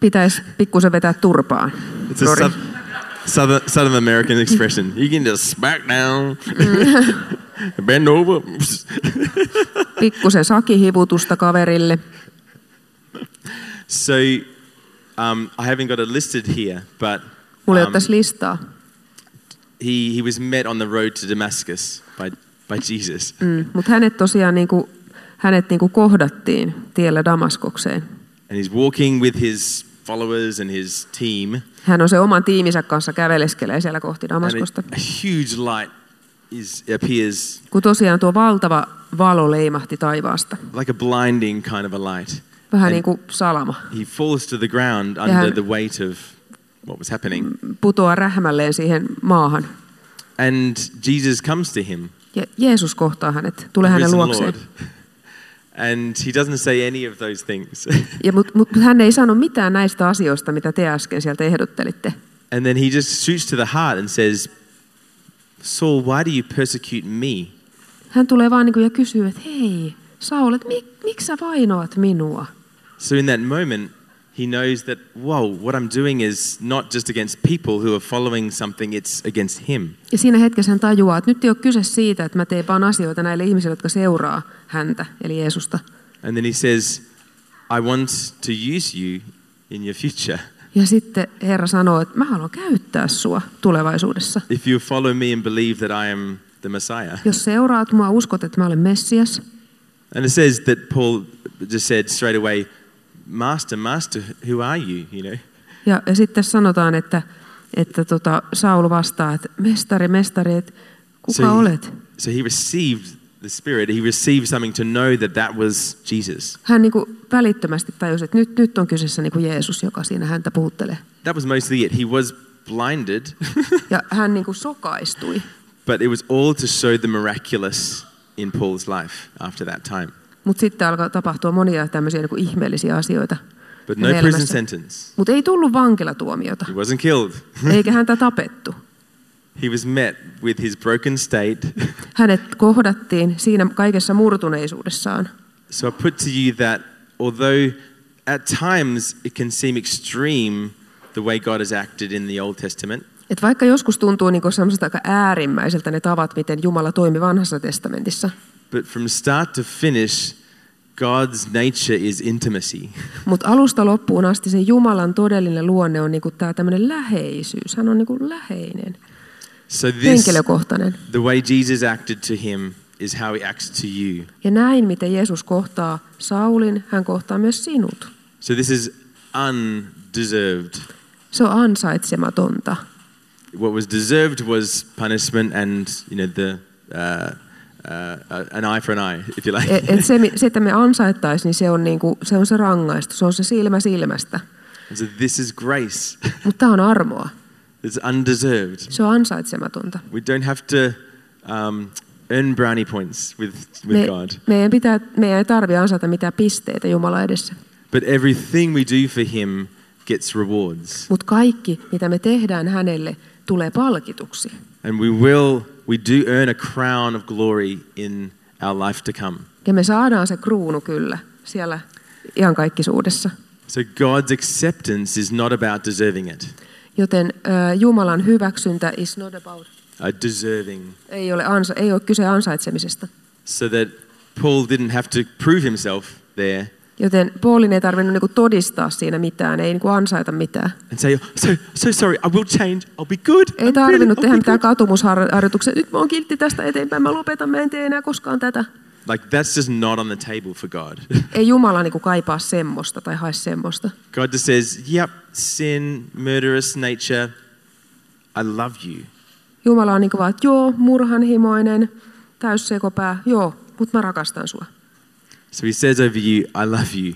Speaker 2: Pitäisi pikkusen vetää turpaan.
Speaker 1: It's a
Speaker 2: Rory.
Speaker 1: sou- southern, southern American expression. You can just smack down,
Speaker 2: Mm.
Speaker 1: bend over.
Speaker 2: Pikkusen sakihivutusta kaverille.
Speaker 1: so, um, I haven't got it listed here, but
Speaker 2: Mulla ei
Speaker 1: um,
Speaker 2: ole tässä listaa.
Speaker 1: he, he was met on the road to Damascus by, by Jesus.
Speaker 2: Mm, mutta hänet tosiaan niin kuin, hänet niin kuin kohdattiin tiellä Damaskokseen.
Speaker 1: And he's walking with his followers and his team.
Speaker 2: Hän on se oman tiiminsä kanssa käveleskelee siellä kohti
Speaker 1: And
Speaker 2: Damaskosta.
Speaker 1: a, a huge light is, appears,
Speaker 2: Kun tosiaan tuo valtava valo leimahti taivaasta.
Speaker 1: like a blinding kind of a light.
Speaker 2: Vähän
Speaker 1: And
Speaker 2: niin kuin salama.
Speaker 1: he falls to the ground under
Speaker 2: hän-
Speaker 1: the weight of what was happening.
Speaker 2: Putoaa rähmälleen siihen maahan.
Speaker 1: And Jesus comes to him,
Speaker 2: Ja Jeesus kohtaa hänet. Tulee hänen
Speaker 1: risen
Speaker 2: luokseen.
Speaker 1: Lord. And he doesn't say any of those things.
Speaker 2: Ja, mutta mut, mut hän ei sano mitään näistä asioista, mitä te äsken sieltä ehdottelitte.
Speaker 1: and then he just shoots to the heart and says, Saul, why do you persecute me?
Speaker 2: Hän tulee vaan niin kuin ja kysyy, että hei, Saul, että mik, miksi sä vainoat minua?
Speaker 1: So in that moment, he knows that, whoa, what I'm doing is not just against people who are following something, it's against him.
Speaker 2: Ja siinä hetkessä hän tajuaa, että nyt ei ole kyse siitä, että mä teen vaan asioita näille ihmisille, jotka seuraa häntä, eli Jeesusta.
Speaker 1: And then he says, I want to use you in your future.
Speaker 2: Ja sitten Herra sanoo, että mä haluan käyttää sua tulevaisuudessa.
Speaker 1: If you follow me and believe that I am the Messiah.
Speaker 2: Jos seuraat mua, uskot, että mä olen Messias.
Speaker 1: And it says that Paul just said straight away, Master, Master, who are you? You know?
Speaker 2: Ja, ja sitten sanotaan, että, että tota, Saul vastaa, että mestari, mestari, että kuka
Speaker 1: he-
Speaker 2: olet?
Speaker 1: so he received the Spirit. He received something to know that that was Jesus.
Speaker 2: Hän niin kuin välittömästi tajusi, että nyt, nyt on kyseessä niin kuin Jeesus, joka siinä häntä puhuttelee.
Speaker 1: That was mostly it. He was blinded.
Speaker 2: Ja hän niin kuin sokaistui.
Speaker 1: But it was all to show the miraculous in Paul's life after that time.
Speaker 2: Mutta sitten alkaa tapahtua monia tämmöisiä niin kuin ihmeellisiä asioita.
Speaker 1: But
Speaker 2: hänen
Speaker 1: no prison
Speaker 2: elämässään.
Speaker 1: sentence.
Speaker 2: Mutta ei tullut vankilatuomiota,
Speaker 1: He wasn't killed.
Speaker 2: eikä häntä tapettu.
Speaker 1: He was met with his broken state.
Speaker 2: Hänet kohdattiin siinä kaikessa murtuneisuudessaan.
Speaker 1: So I put to you that although at times it can seem extreme the way God has acted in the Old Testament,
Speaker 2: Et vaikka joskus tuntuu niin semmoiselta aika äärimmäiseltä ne tavat, miten Jumala toimi vanhassa testamentissa,
Speaker 1: but from start to finish, God's nature is intimacy.
Speaker 2: mutta alusta loppuun asti se Jumalan todellinen luonne on niin tämä tämmöinen läheisyys. Hän on niin läheinen,
Speaker 1: So this,
Speaker 2: henkilökohtainen.
Speaker 1: the way Jesus acted to him is how he acts to you.
Speaker 2: Ja näin, miten Jeesus kohtaa Saulin, hän kohtaa myös sinut.
Speaker 1: So this is undeserved.
Speaker 2: Se on ansaitsematonta.
Speaker 1: what was deserved was punishment and you know the uh, uh, uh, an eye for an eye, if you like.
Speaker 2: Et, E- et se, mi- se, että me ansaittaisiin, niin se on, niin kuin, se on se rangaistus, se on se silmä silmästä.
Speaker 1: And so this is grace.
Speaker 2: Mutta tämä on armoa.
Speaker 1: It's undeserved.
Speaker 2: Se on ansaitsematonta.
Speaker 1: We don't have to um, earn brownie points with, with
Speaker 2: Me,
Speaker 1: God.
Speaker 2: meidän, pitää, meidän ei tarvitse ansaita mitään pisteitä Jumala edessä.
Speaker 1: But everything we do for Him gets rewards.
Speaker 2: Mutta kaikki, mitä me tehdään hänelle, tulee palkituksi.
Speaker 1: And we will, we do earn a crown of glory in our life to come.
Speaker 2: Ja me saadaan se kruunu kyllä siellä iankaikkisuudessa.
Speaker 1: So God's acceptance is not about deserving it,
Speaker 2: Joten ö, Jumalan hyväksyntä is not about,
Speaker 1: uh, deserving.
Speaker 2: ei ole, ansa, ei ole kyse ansaitsemisesta.
Speaker 1: So that Paul didn't have to prove himself there
Speaker 2: Joten Paulin ei tarvinnut niinku todistaa siinä mitään, ei niinku ansaita mitään.
Speaker 1: and say, "Oh, so, so sorry, I will change, I'll be good.
Speaker 2: Ei
Speaker 1: I'm really-
Speaker 2: tarvinnut
Speaker 1: I'll
Speaker 2: tehdä
Speaker 1: be
Speaker 2: mitään
Speaker 1: good."
Speaker 2: katumusharjoituksia. Nyt mä oon kiltti tästä eteenpäin, mä lopetan, mä en tee enää koskaan tätä.
Speaker 1: Like, that's just not on the table for God.
Speaker 2: Ei Jumala niinku kaipaa semmoista tai hae semmoista.
Speaker 1: God just says, yep, sin, murderous nature, I love you.
Speaker 2: Jumala on niinku vaan, että joo, murhanhimoinen, täyssekopää, joo, mutta mä rakastan sua.
Speaker 1: So he says over you, I love you,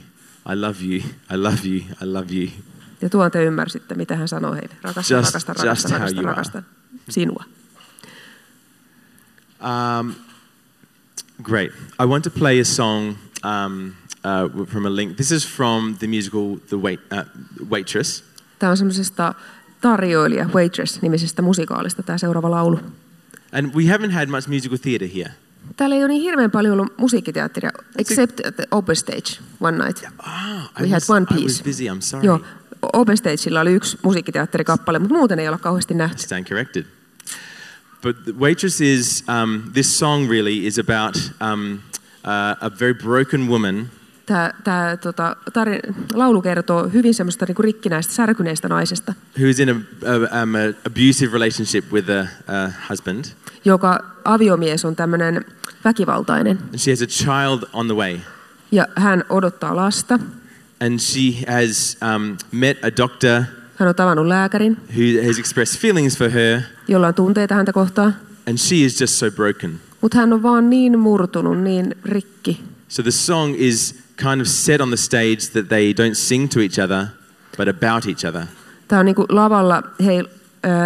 Speaker 1: I love you, I love you, I love you.
Speaker 2: Ja tuon te ymmärsitte, mitä hän sanoi heille. Rakastan,
Speaker 1: Just-
Speaker 2: rakastan,
Speaker 1: just
Speaker 2: rakastan,
Speaker 1: how
Speaker 2: rakastan,
Speaker 1: you are.
Speaker 2: rakastan sinua.
Speaker 1: Um, great. I want to play a song um, uh, from a link. This is from the musical The Wait, uh, Waitress.
Speaker 2: Tämä on semmoisesta tarjoilija, waitress-nimisestä musikaalista tämä seuraava laulu.
Speaker 1: And we haven't had much musical theatre here.
Speaker 2: Täällä ei ole niin hirveän paljon ollut musiikkiteatteria, except at the open stage one night.
Speaker 1: Ah, I,
Speaker 2: We had
Speaker 1: was,
Speaker 2: one
Speaker 1: I was
Speaker 2: piece.
Speaker 1: busy, I'm sorry.
Speaker 2: Joo, open stagella oli yksi musiikkiteatterikappale, mutta muuten ei ole kauheasti nähty.
Speaker 1: stand corrected. But the waitress is um, this song really is about um, uh, a very broken woman
Speaker 2: Tämä, tämä tota, tari- laulu kertoo hyvin semmoista niin rikkinäistä, särkyneistä naisesta,
Speaker 1: who is in a, a, um, a abusive relationship with a, a husband,
Speaker 2: joka aviomies on tämmöinen väkivaltainen.
Speaker 1: and she has a child on the way,
Speaker 2: Ja hän odottaa lasta.
Speaker 1: and she has um, met a doctor
Speaker 2: Hän on tavannut lääkärin,
Speaker 1: who has expressed feelings for her,
Speaker 2: jolla on tunteita häntä kohtaan.
Speaker 1: and she is just so broken.
Speaker 2: Mutta hän on vaan niin murtunut, niin rikki.
Speaker 1: So the song is kind of set on the stage that they don't sing to each other, but about each other.
Speaker 2: Tämä on niin kuin lavalla, he ei,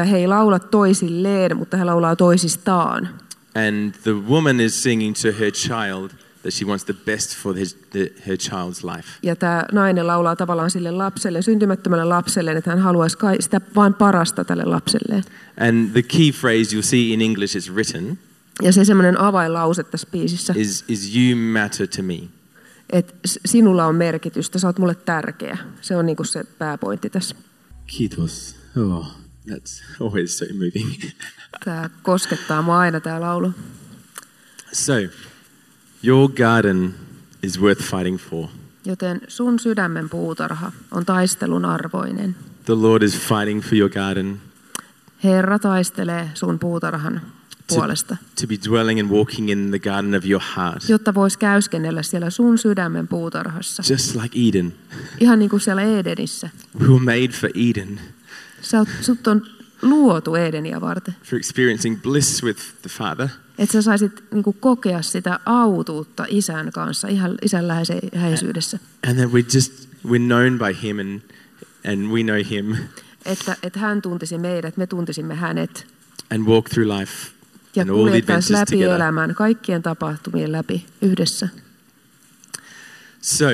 Speaker 2: ö, he ei laula toisilleen, mutta he laulaa toisistaan.
Speaker 1: And the woman is singing to her child that she wants the best for his, the, her child's life.
Speaker 2: Ja tämä nainen laulaa tavallaan sille lapselle, syntymättömälle lapselle, että hän haluaisi kai sitä vain parasta tälle lapselleen.
Speaker 1: And the key phrase you'll see in English, it's written,
Speaker 2: Ja se semmoinen avainlause tässä biisissä,
Speaker 1: is, is You matter to me.
Speaker 2: että s- sinulla on merkitystä, sä oot mulle tärkeä. Se on niin kuin se pääpointti tässä.
Speaker 1: Kitos. Oh, that's always so moving.
Speaker 2: Tämä koskettaa mua aina tämä laulu.
Speaker 1: so, your garden is worth fighting for.
Speaker 2: Joten sun sydämen puutarha on taistelun arvoinen.
Speaker 1: The Lord is fighting for your garden
Speaker 2: Herra taistelee sun puutarhan puolesta,
Speaker 1: to be dwelling and walking in the garden of your heart,
Speaker 2: jotta vois käyskennellä siellä sun sydämen puutarhassa.
Speaker 1: just like Eden.
Speaker 2: Ihan niin kuin siellä Edenissä.
Speaker 1: We were made for Eden,
Speaker 2: Sä oot, sut on luotu Edeniä varten.
Speaker 1: for experiencing bliss with the Father.
Speaker 2: Että sä saisit niin kuin kokea sitä autuutta isän kanssa, ihan isän läheise- läheisyydessä.
Speaker 1: and that we're just we're known by him and and we know him
Speaker 2: Että, että hän tuntisi meidät, me tuntisimme hänet.
Speaker 1: and walk through life
Speaker 2: Ja
Speaker 1: and all the
Speaker 2: kuljettaisiin
Speaker 1: adventures
Speaker 2: läpi
Speaker 1: together
Speaker 2: elämän, kaikkien tapahtumien läpi yhdessä.
Speaker 1: so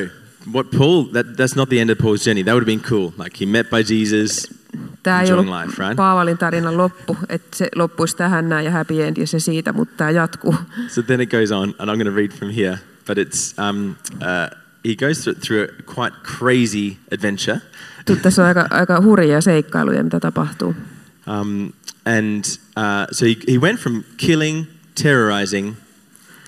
Speaker 1: what paul that, that's not the end of paul's journey that would have been cool like he met by jesus
Speaker 2: Tämä ei ollut
Speaker 1: Enjoying life, right?
Speaker 2: Paavalin tarinan loppu, että se loppuisi tähän näin ja happy end ja se siitä, mutta tämä jatkuu.
Speaker 1: so then it goes on and i'm going to read from here but it's um, uh, he goes through, through a quite crazy adventure
Speaker 2: Tuu, Tässä on aika, aika hurjia seikkailuja, mitä tapahtuu.
Speaker 1: um, and uh, so he, he went from killing terrorizing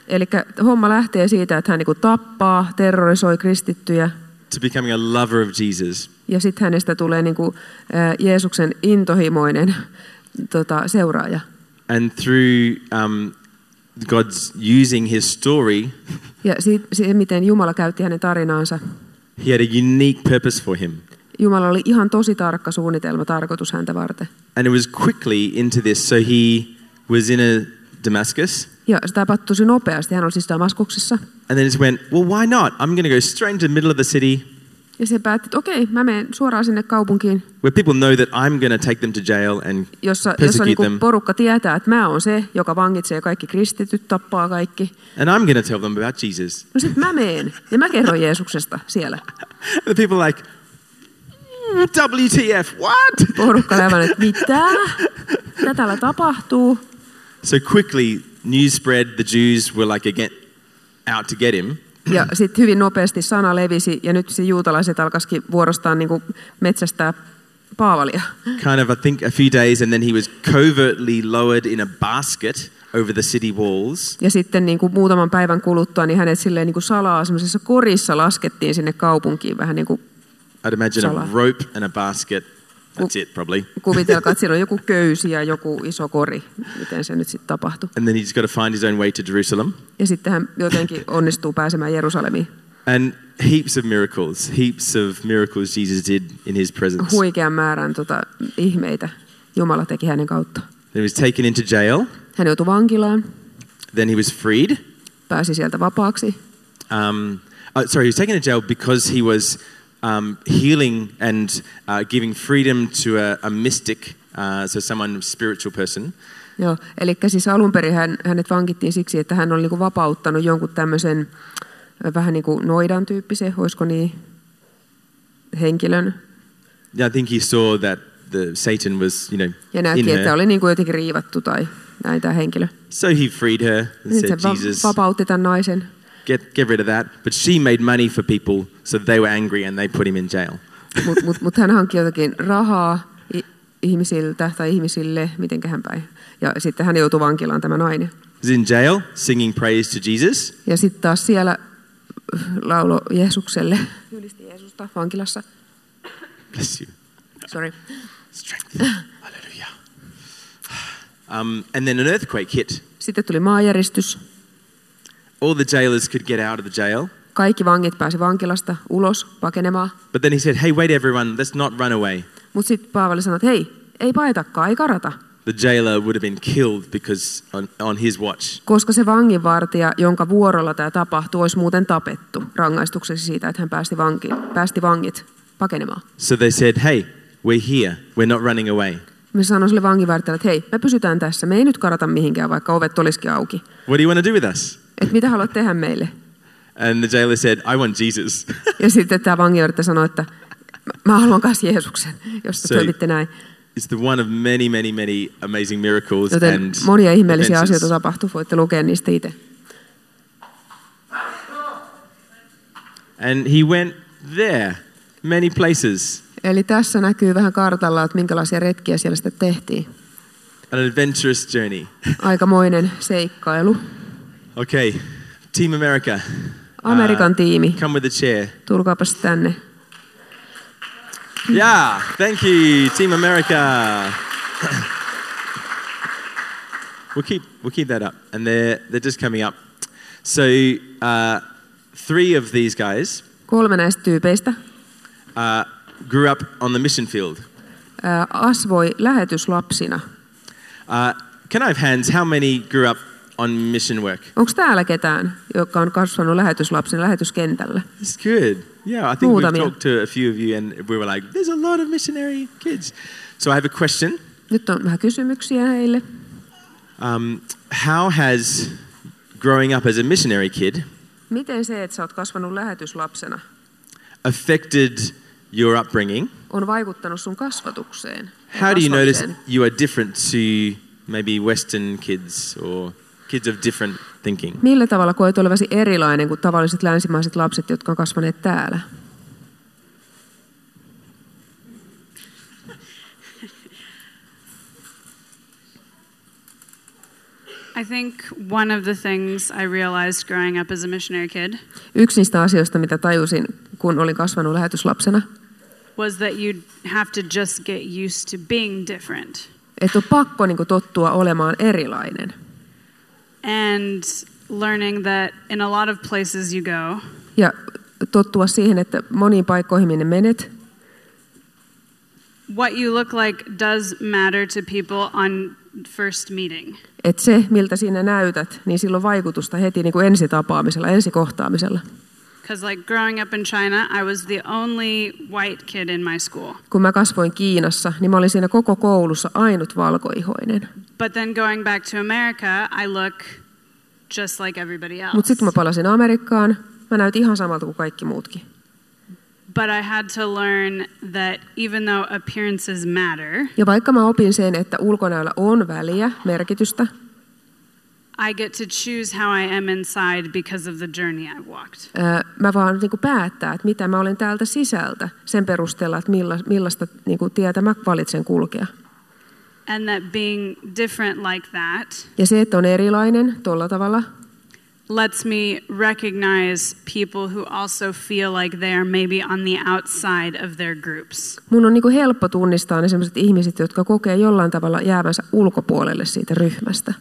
Speaker 2: Eli homma lähtee siitä, että hän niinku tappaa, terrorisoi kristittyjä
Speaker 1: to becoming a lover of jesus
Speaker 2: ja sitten hänestä tulee niinku, äh, Jeesuksen intohimoinen tota, seuraaja.
Speaker 1: and through um, God's using his story,
Speaker 2: Ja si- se, miten Jumala käytti hänen tarinaansa.
Speaker 1: he had a unique purpose for him.
Speaker 2: Jumala oli ihan tosi tarkka suunnitelma, tarkoitus häntä varten.
Speaker 1: And it was quickly into this. So he was in a Damascus
Speaker 2: Ja se tapahtui tosi nopeasti. Hän oli siis Damaskuksessa.
Speaker 1: and then just went, well, why not? I'm going to go straight into the middle of the city.
Speaker 2: Ja se päätti, että okei, mä menen suoraan sinne kaupunkiin,
Speaker 1: where people know that I'm going to take them to jail and
Speaker 2: jossa, jossa
Speaker 1: persecute
Speaker 2: niinku
Speaker 1: them,
Speaker 2: porukka tietää, että mä oon se, joka vangitsee kaikki kristityt, tappaa kaikki.
Speaker 1: and I'm going to tell them about Jesus.
Speaker 2: No sit mä meen ja mä kerron Jeesuksesta siellä.
Speaker 1: the people are like, "Mm, WTF, what?
Speaker 2: Porukka lävän, että mitä? Mitä täällä tapahtuu?
Speaker 1: So quickly, news spread. The Jews were like again, out to get him.
Speaker 2: Ja sitten hyvin nopeasti sana levisi ja nyt se juutalaiset alkaisikin vuorostaan niinku metsästää Paavalia.
Speaker 1: Kind of, I think, a few days, and then he was covertly lowered in a basket over the city walls.
Speaker 2: Ja sitten niin kuin muutaman päivän kuluttua, niin hänet silleen niin kuin salaa semmoisessa korissa laskettiin sinne kaupunkiin. Vähän niin kuin
Speaker 1: I'd imagine a
Speaker 2: Salah.
Speaker 1: rope and a basket. That's it, probably.
Speaker 2: kuvitelkaa, että siellä on joku köysi ja joku iso kori, miten se nyt sitten tapahtui.
Speaker 1: And then he's got to find his own way to Jerusalem.
Speaker 2: Ja sitten hän jotenkin onnistuu pääsemään Jerusalemiin.
Speaker 1: And heaps of miracles, heaps of miracles Jesus did in his presence. Then
Speaker 2: Huikean määrän tota, ihmeitä Jumala teki hänen kautta.
Speaker 1: he was taken into jail.
Speaker 2: Hän joutui vankilaan,
Speaker 1: Then he was freed.
Speaker 2: pääsi sieltä vapaaksi.
Speaker 1: um, uh, sorry, he was taken to jail because he was um, healing and uh, giving freedom to a, a mystic, uh, so someone a spiritual person.
Speaker 2: Joo, eli siis alun perin hän, hänet vankittiin siksi, että hän oli niin kuin vapauttanut jonkun tämmöisen ö, vähän niin kuin noidan tyyppisen, olisiko niin, henkilön.
Speaker 1: Yeah, I think he saw that the Satan was, you know,
Speaker 2: Ja
Speaker 1: in
Speaker 2: näki, että
Speaker 1: her.
Speaker 2: oli niin kuin jotenkin riivattu tai näin tämä henkilö.
Speaker 1: So he freed her and
Speaker 2: Niin se
Speaker 1: said,
Speaker 2: va-
Speaker 1: "Jesus,
Speaker 2: vapautti tämän naisen.
Speaker 1: get get rid of that." But she made money for people, so they were angry and they put him in jail.
Speaker 2: Mutta mut, mut hän hankki jotakin rahaa i- ihmisiltä tai ihmisille, mitenkähän päin. Ja sitten hän joutui vankilaan tämä nainen.
Speaker 1: He's in jail singing praise to Jesus,
Speaker 2: Ja sitten taas siellä laulo Jeesukselle, ylisti Jeesusta vankilassa.
Speaker 1: bless you,
Speaker 2: Sorry.
Speaker 1: strength, hallelujah. Um, and then an earthquake hit.
Speaker 2: Sitten tuli maanjäristys.
Speaker 1: All the jailers could get out of the jail.
Speaker 2: Kaikki vangit pääsi vankilasta ulos pakenemaan.
Speaker 1: But then he said, Hey, wait, everyone, let's not run away.
Speaker 2: Mutta sitten Paavali sanoi, että hei, ei paetakaan, ei karata.
Speaker 1: The jailer would have been killed because on, on his watch.
Speaker 2: Koska se vanginvartija, jonka vuorolla tämä tapahtui, olisi muuten tapettu rangaistukseksi siitä, että hän päästi, vanki, päästi vangit pakenemaan.
Speaker 1: So they said, Hey, we're here. We're not running away.
Speaker 2: Me sanoin sille vanginvartijalle, että hei, me pysytään tässä, me ei nyt karata mihinkään, vaikka ovet olisikin auki.
Speaker 1: What do you want to do with us?
Speaker 2: Että mitä haluat tehdä meille?
Speaker 1: And the jailer said, I want Jesus.
Speaker 2: Ja sitten tämä vanginvartija sanoi, että "Mä- mä haluan kanssa Jeesuksen, jos te
Speaker 1: Se-
Speaker 2: toimitte näin.
Speaker 1: it's the one of many, many, many amazing miracles
Speaker 2: Joten
Speaker 1: and
Speaker 2: monia ihmeellisiä
Speaker 1: adventures.
Speaker 2: asioita tapahtui, voitte lukea niistä itse.
Speaker 1: And he went there, many places.
Speaker 2: Eli tässä näkyy vähän kartalla, että minkälaisia retkiä siellä sitten tehtiin.
Speaker 1: An adventurous journey.
Speaker 2: Aikamoinen seikkailu.
Speaker 1: Okay, Team America.
Speaker 2: Amerikan tiimi,
Speaker 1: Come with a chair.
Speaker 2: tulkaapas tänne.
Speaker 1: Yeah, thank you, Team America. we'll keep we'll keep that up, and they're they're just coming up. So uh, three of these guys
Speaker 2: Kolme näistä tyypeistä
Speaker 1: uh, grew up on the mission field.
Speaker 2: ää, asvoi lähetyslapsina.
Speaker 1: Uh, can I have hands? How many grew up on mission work?
Speaker 2: Onko täällä ketään, joka on kasvanut lähetyslapsina lähetyskentällä?
Speaker 1: It's good. Yeah, I think we've
Speaker 2: Muutamia.
Speaker 1: talked to a few of you, and we were like, "There's a lot of missionary kids." So I have a question.
Speaker 2: Nyt on vähän kysymyksiä heille.
Speaker 1: Um, how has growing up as a missionary kid
Speaker 2: Miten se, että sä oot kasvanut lähetyslapsena,
Speaker 1: affected your upbringing?
Speaker 2: on vaikuttanut sun kasvatukseen? ja
Speaker 1: How do you notice
Speaker 2: kasvamiseen?
Speaker 1: you are different to maybe Western kids or kids of different thinking?
Speaker 2: Millä tavalla koet olevasi erilainen kuin tavalliset länsimaiset lapset, jotka on kasvaneet täällä?
Speaker 4: I think one of the things I realized growing up as a missionary kid
Speaker 2: Yksi niistä asioista, mitä tajusin, kun olin kasvanut lähetyslapsena,
Speaker 4: was that you'd have to just get used to being different.
Speaker 2: että on pakko niin tottua olemaan erilainen.
Speaker 4: And learning that in a lot of places you go,
Speaker 2: Ja tottua siihen, että moniin paikkoihin minne menet,
Speaker 4: what you look like does matter to people on first meeting.
Speaker 2: että se, miltä siinä näytät, niin sillä on vaikutusta heti niin kuin ensitapaamisella, ensikohtaamisella.
Speaker 4: Because, like, growing up in China, I was the only white kid in my school.
Speaker 2: Kun mä kasvoin Kiinassa, niin mä olin siinä koko koulussa ainut valkoihoinen.
Speaker 4: But then going back to America, I look just like everybody else.
Speaker 2: Mutta sitten kun mä palasin Amerikkaan, mä näytin ihan samalta kuin kaikki muutkin.
Speaker 4: But I had to learn that even though appearances matter,
Speaker 2: Ja vaikka mä opin sen, että ulkonäöllä on väliä, merkitystä,
Speaker 4: I get to choose how I am inside because of the journey I've walked.
Speaker 2: ää, mä vaan niin kuin päättää, että mitä mä olen täältä sisältä sen perusteella, että milla, millaista niin kuin tietä mä valitsen kulkea.
Speaker 4: And that being different like that
Speaker 2: Ja se, että on erilainen tuolla tavalla,
Speaker 4: lets me recognize people who also feel like they are maybe on the outside of their groups.
Speaker 2: mun on niin kuin helppo tunnistaa ne sellaiset ihmiset, jotka kokee jollain tavalla jäävänsä ulkopuolelle siitä ryhmästä.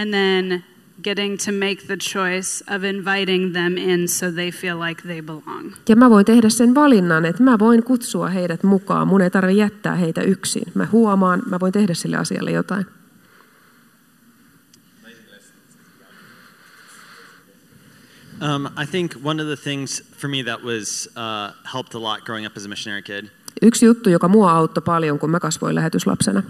Speaker 4: And then getting to make the choice of inviting them in so they feel like they belong.
Speaker 2: Ja mä voin tehdä sen valinnan, että mä voin kutsua heidät mukaan. Mun ei tarvitse jättää heitä yksin. Mä huomaan, mä voin tehdä sille asialle jotain.
Speaker 5: Um, I think one of the things for me that was uh, helped a lot growing up as a missionary kid
Speaker 2: Yksi juttu, joka mua auttoi paljon, kun mä kasvoin lähetyslapsena.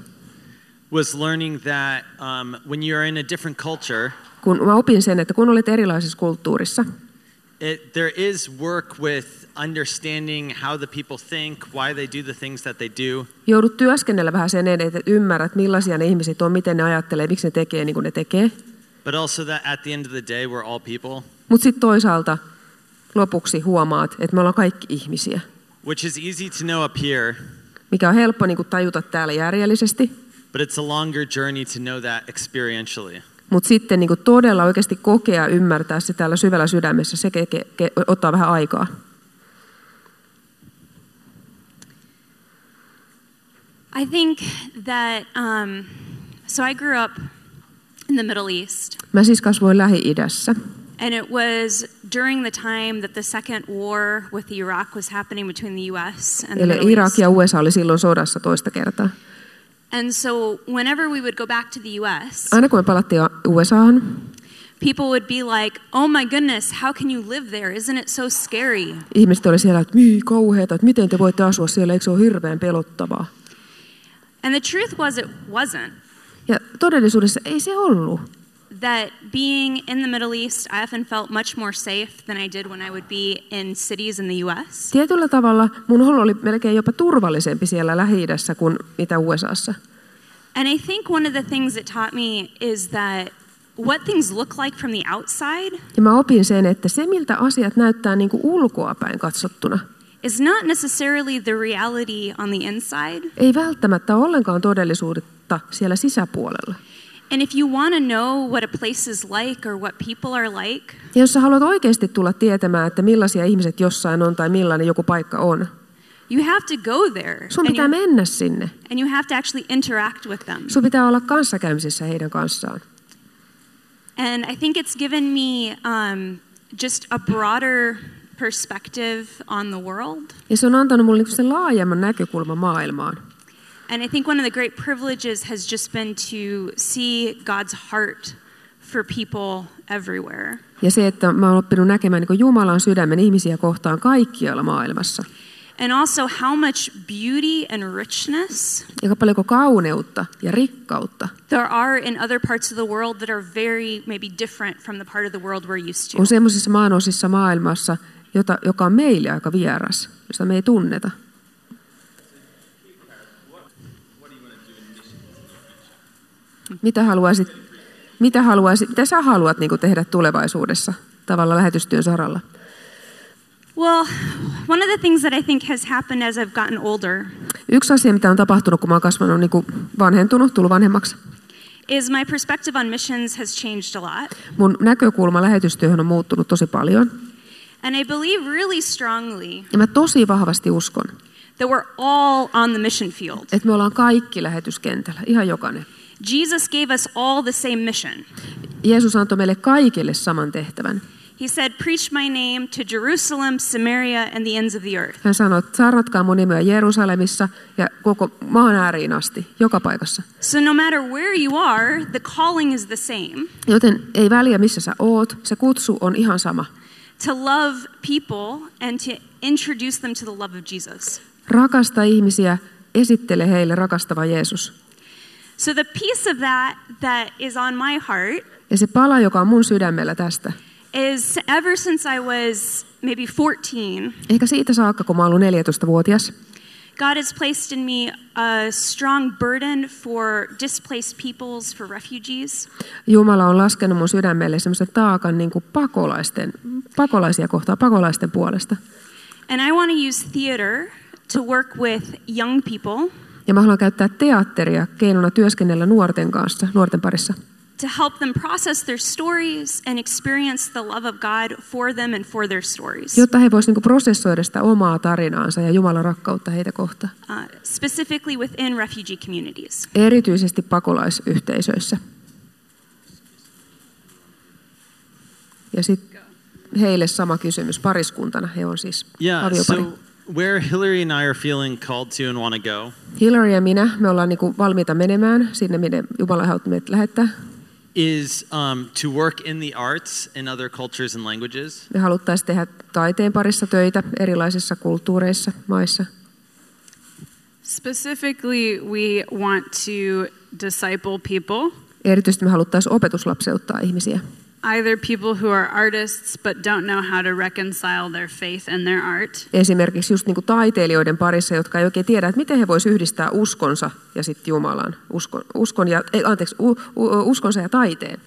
Speaker 5: was learning that um, when you're in a different culture,
Speaker 2: Kun mä opin sen, että kun olet erilaisessa kulttuurissa,
Speaker 5: it, there is work with understanding how the people think, why they do the things that they do.
Speaker 2: joudut työskennellä vähän sen eteen, että ymmärrät, millaisia ne ihmiset on, miten ne ajattelee, miksi ne tekee niin kuin ne tekee.
Speaker 5: But also that at the end of the day, we're all people,
Speaker 2: Mutta sitten toisaalta lopuksi huomaat, että me ollaan kaikki ihmisiä,
Speaker 5: which is easy to know up here,
Speaker 2: mikä on helppo niin kuin tajuta täällä järjellisesti,
Speaker 5: but it's a longer journey to know that experientially.
Speaker 2: mutta sitten niin kuin todella oikeasti kokea ja ymmärtää se täällä syvällä sydämessä, se ke, ke, ke, ottaa vähän aikaa.
Speaker 6: I think that, um, so I grew up in the Middle East,
Speaker 2: Mä siis kasvoin Lähi-idässä.
Speaker 6: and it was during the time that the second war with Iraq was happening between the U.S. and the
Speaker 2: Eli
Speaker 6: Middle
Speaker 2: Irak
Speaker 6: East.
Speaker 2: ja USA oli silloin sodassa toista kertaa.
Speaker 6: And so whenever we would go back to the U.S.,
Speaker 2: Aina kun me palattiin USAhan,
Speaker 6: people would be like, oh my goodness, how can you live there? Isn't it so scary?
Speaker 2: ihmiset oli siellä, että myi kauheeta, että miten te voitte asua siellä, eikö se ole hirveän pelottavaa.
Speaker 6: And the truth was, it wasn't.
Speaker 2: Ja todellisuudessa ei se ollut.
Speaker 6: That being in the Middle East, I often felt much more safe than I did when I would be in cities in the U.S.
Speaker 2: Tietyllä tavalla mun olo oli melkein jopa turvallisempi siellä lähi kuin mitä USAssa.
Speaker 6: And I think one of the things it taught me is that what things look like from the outside
Speaker 2: Ja mä opin sen, että se miltä asiat näyttää niin kuin ulkoa päin katsottuna,
Speaker 6: is not necessarily the reality on the inside.
Speaker 2: ei välttämättä ole ollenkaan todellisuutta siellä sisäpuolella.
Speaker 6: And if you want to know what a place is like or what people are like,
Speaker 2: Ja jos sä haluat oikeasti tulla tietämään, että millaisia ihmiset jossain on tai millainen joku paikka on,
Speaker 6: you have to go there.
Speaker 2: sun
Speaker 6: and,
Speaker 2: pitää
Speaker 6: you,
Speaker 2: mennä sinne.
Speaker 6: and you have to actually interact with them.
Speaker 2: Sun pitää olla kanssakäymisissä heidän kanssaan.
Speaker 6: And I think it's given me um, just a broader perspective on the world.
Speaker 2: Ja se on antanut mulle niinku sen laajemman näkökulman maailmaan.
Speaker 6: And I think one of the great privileges has just been to see God's heart for people everywhere.
Speaker 2: Ja se, että mä oon oppinut näkemään niin Jumalan sydämen ihmisiä kohtaan kaikkialla maailmassa.
Speaker 6: And also how much beauty and richness
Speaker 2: Ja paljonko kauneutta ja rikkautta
Speaker 6: there are in other parts of the world that are very maybe different from the part of the world we're used to.
Speaker 2: on semmoisissa maanosissa maailmassa, jota, joka on meille aika vieras, josta me ei tunneta. Mitä haluaisit, mitä haluaisit, mitä sä haluat niin tehdä tulevaisuudessa tavalla lähetystyön saralla?
Speaker 6: Well, one of the things that I think has happened as I've gotten older
Speaker 2: Yksi asia, mitä on tapahtunut, kun mä oon kasvanut niin vanhentunut, tullut vanhemmaksi,
Speaker 6: is my perspective on missions has changed a lot.
Speaker 2: mun näkökulma lähetystyöhön on muuttunut tosi paljon.
Speaker 6: And I believe really strongly
Speaker 2: Ja mä tosi vahvasti uskon,
Speaker 6: that we're all on the mission field.
Speaker 2: että me ollaan kaikki lähetyskentällä, ihan jokainen.
Speaker 6: Jesus gave us all the same mission.
Speaker 2: Jeesus antoi meille kaikille saman tehtävän.
Speaker 6: He said, Preach my name to Jerusalem, Samaria, and the ends of the earth.
Speaker 2: Hän sanoi, että saarnatkaa mun nimeä Jerusalemissa ja koko maan ääriin asti, joka paikassa.
Speaker 6: So, no matter where you are, the calling is the same.
Speaker 2: Joten ei väliä, missä sä oot, se kutsu on ihan sama.
Speaker 6: to love people and to introduce them to the love of Jesus.
Speaker 2: Rakasta ihmisiä, esittele heille rakastava Jeesus.
Speaker 6: So the piece of that that is on my heart
Speaker 2: Ja se pala, joka on mun sydämellä tästä,
Speaker 6: is ever since I was maybe 14,
Speaker 2: ehkä siitä saakka, kun mä oon ollut 14-vuotias,
Speaker 6: God has placed in me a strong burden for displaced peoples, for refugees.
Speaker 2: Jumala on laskenut mun sydämelle semmoisen taakan niin kuin pakolaisten, pakolaisia kohtaan, pakolaisten puolesta.
Speaker 6: And I want to use theater to work with young people
Speaker 2: Ja mä haluan käyttää teatteria keinona työskennellä nuorten kanssa, nuorten parissa,
Speaker 6: to help them process their stories and experience the love of God for them and for their stories.
Speaker 2: jotta he voisivat niin prosessoida sitä omaa tarinaansa ja Jumalan rakkautta heitä kohtaan.
Speaker 6: uh, specifically within refugee communities.
Speaker 2: Erityisesti pakolaisyhteisöissä. Ja sitten heille sama kysymys pariskuntana. He on siis
Speaker 5: Yeah,
Speaker 2: aviopari.
Speaker 5: so where Hillary and I are feeling called to and want to go
Speaker 2: Hillary ja minä, me ollaan niinku valmiita menemään sinne, minne Jumala haluaa meidät lähettää.
Speaker 5: is um, to work in the arts in other cultures and languages.
Speaker 2: Me haluttaisiin tehdä taiteen parissa töitä erilaisissa kulttuureissa, maissa.
Speaker 4: Specifically, we want to disciple people,
Speaker 2: Erityisesti me haluttaisiin opetuslapseuttaa ihmisiä.
Speaker 4: either people who are artists but don't know how to reconcile their faith and their art,
Speaker 2: Esimerkiksi just niinku taiteilijoiden parissa, jotka ei oikein tiedä, että miten he voisivat yhdistää uskonsa ja sitten Jumalan. Uskon, uskon ja, ei, anteeksi, u, u, uskonsa ja taiteen.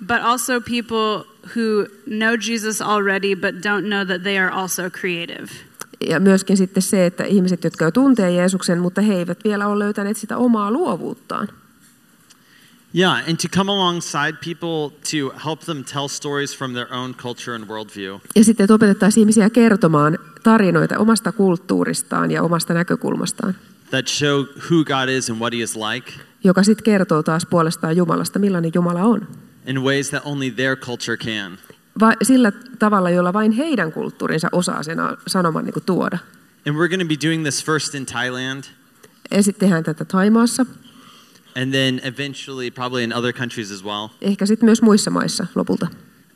Speaker 4: but also people who know Jesus already but don't know that they are also creative.
Speaker 2: Ja myöskin sitten se, että ihmiset, jotka jo tuntee Jeesuksen, mutta he eivät vielä ole löytäneet sitä omaa luovuuttaan.
Speaker 5: Yeah, and to come alongside people to help them tell stories from their own culture and worldview.
Speaker 2: Ja sitten, että opetettaisiin ihmisiä kertomaan tarinoita omasta kulttuuristaan ja omasta näkökulmastaan,
Speaker 5: that show who God is and what He is like
Speaker 2: joka sitten kertoo taas puolestaan Jumalasta, millainen Jumala on.
Speaker 5: in ways that only their culture can.
Speaker 2: Va- sillä tavalla, jolla vain heidän kulttuurinsa osaa sen a- sanoman niin kuin tuoda.
Speaker 5: And we're going to be doing this first in Thailand
Speaker 2: Ja sitten tehdään tätä Taimaassa,
Speaker 5: and then eventually probably in other countries as well.
Speaker 2: ehkä sitten myös muissa maissa lopulta.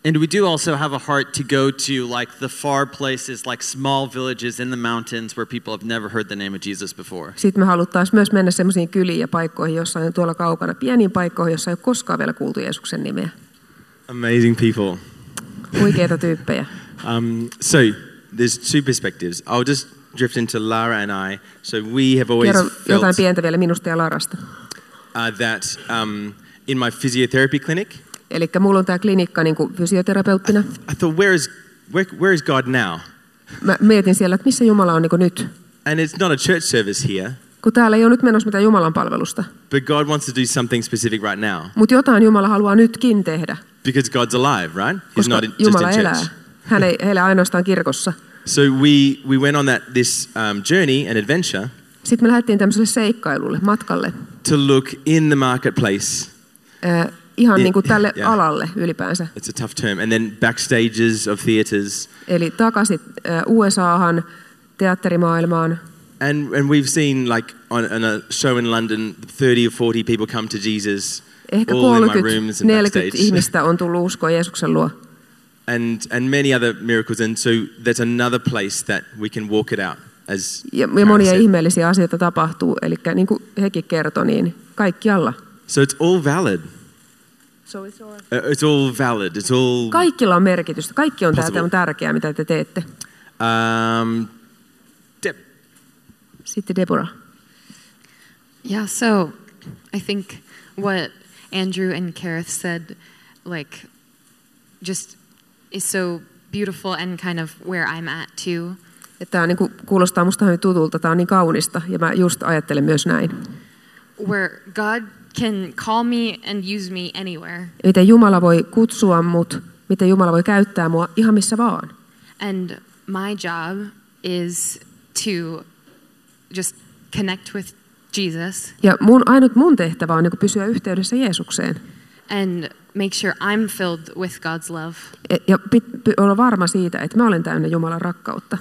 Speaker 5: And we do also have a heart to go to like the far places, like small villages in the mountains where people have never heard the name of Jesus before.
Speaker 2: Sitten me haluttaisiin myös mennä sellaisiin kyliin ja paikkoihin, jossa on tuolla kaukana, pieniin paikkoihin, jossa ei ole koskaan vielä kuultu Jeesuksen nimeä.
Speaker 1: Amazing people.
Speaker 2: Huikeita tyyppejä.
Speaker 1: Um, so there's two perspectives. I'll just drift into Lara and I. So we have always
Speaker 2: Kerro jotain
Speaker 1: felt
Speaker 2: pientä vielä minusta ja Larasta.
Speaker 1: uh, that um, in my physiotherapy clinic,
Speaker 2: Eli mulla on tämä klinikka niin kuin fysioterapeuttina.
Speaker 1: I thought, where is where, where is God now?
Speaker 2: Mä mietin siellä, että missä Jumala on niin kuin nyt.
Speaker 1: And it's not a church service here,
Speaker 2: Kun täällä ei ole nyt menossa mitään Jumalan palvelusta.
Speaker 1: but God wants to do something specific right now
Speaker 2: Mutta jotain Jumala haluaa nytkin tehdä,
Speaker 1: because God's alive, right? He's
Speaker 2: koska
Speaker 1: not in, just
Speaker 2: Jumala
Speaker 1: in
Speaker 2: elää.
Speaker 1: church.
Speaker 2: Hän ei elä ainoastaan kirkossa.
Speaker 1: So we we went on that this um, journey and adventure
Speaker 2: Sitten me lähdettiin tämmöiselle seikkailulle, matkalle.
Speaker 1: to look in the marketplace.
Speaker 2: Äh, ihan
Speaker 1: Niin,
Speaker 2: niin kuin tälle
Speaker 1: joo.
Speaker 2: alalle ylipäänsä.
Speaker 1: It's a tough term. And then backstages of theaters.
Speaker 2: Eli takaisin äh, USAhan, teatterimaailmaan.
Speaker 1: And, and we've seen like on, on a show in London, 30 or 40 people come to Jesus
Speaker 2: Ehkä
Speaker 1: all in my rooms and
Speaker 2: 30-40
Speaker 1: backstage.
Speaker 2: ihmistä on tullut uskoa Jeesuksen luo.
Speaker 1: And, and many other miracles. And so that's another place that we can walk it out. As
Speaker 2: Ja, ja
Speaker 1: Karen
Speaker 2: monia
Speaker 1: said.
Speaker 2: ihmeellisiä asioita tapahtuu. Eli niin kuin hekin kertoi, niin kaikkialla.
Speaker 1: So it's all valid. Uh, It's all valid. It's all
Speaker 2: Kaikilla on merkitystä. Kaikki on
Speaker 1: Possible.
Speaker 2: täältä on tärkeää, mitä te teette.
Speaker 1: um, dip.
Speaker 2: Sitten Deborah.
Speaker 7: Yeah, so I think what Andrew and Kareth said, like, just is so beautiful and kind of where I'm at too.
Speaker 2: Tämä niin kuin, kuulostaa musta hyvin tutulta, tämä on niin kaunista ja mä just ajattelen myös näin.
Speaker 7: Where God can call me and use me anywhere.
Speaker 2: Miten Jumala voi kutsua mut, miten Jumala voi käyttää mua ihan missä vaan.
Speaker 7: And my job is to just connect with Jesus
Speaker 2: Ja mun, ainut mun tehtävä on niin kuin pysyä yhteydessä Jeesukseen
Speaker 7: and make sure I'm filled with God's love
Speaker 2: E- ja pit, py, olla varma siitä, että mä olen täynnä Jumalan rakkautta.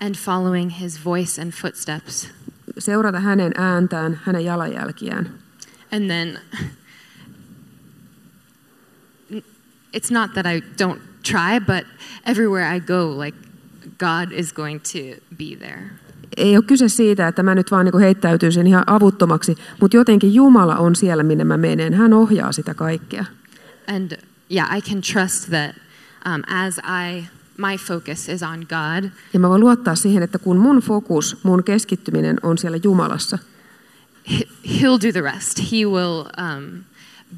Speaker 7: and following his voice and footsteps.
Speaker 2: Seurata hänen ääntään, hänen jalanjälkiään.
Speaker 7: And then it's not that I don't try, but everywhere I go, like God is going to be there.
Speaker 2: Ei ole kyse siitä, että mä nyt vaan niin heittäytyisin ihan avuttomaksi, mutta jotenkin Jumala on siellä, minne mä menen. Hän ohjaa sitä kaikkea.
Speaker 7: And yeah, I can trust that um, as I my focus is on God,
Speaker 2: Ja mä voin luottaa siihen, että kun mun fokus, mun keskittyminen on siellä Jumalassa,
Speaker 7: he- He'll do the rest. He will um,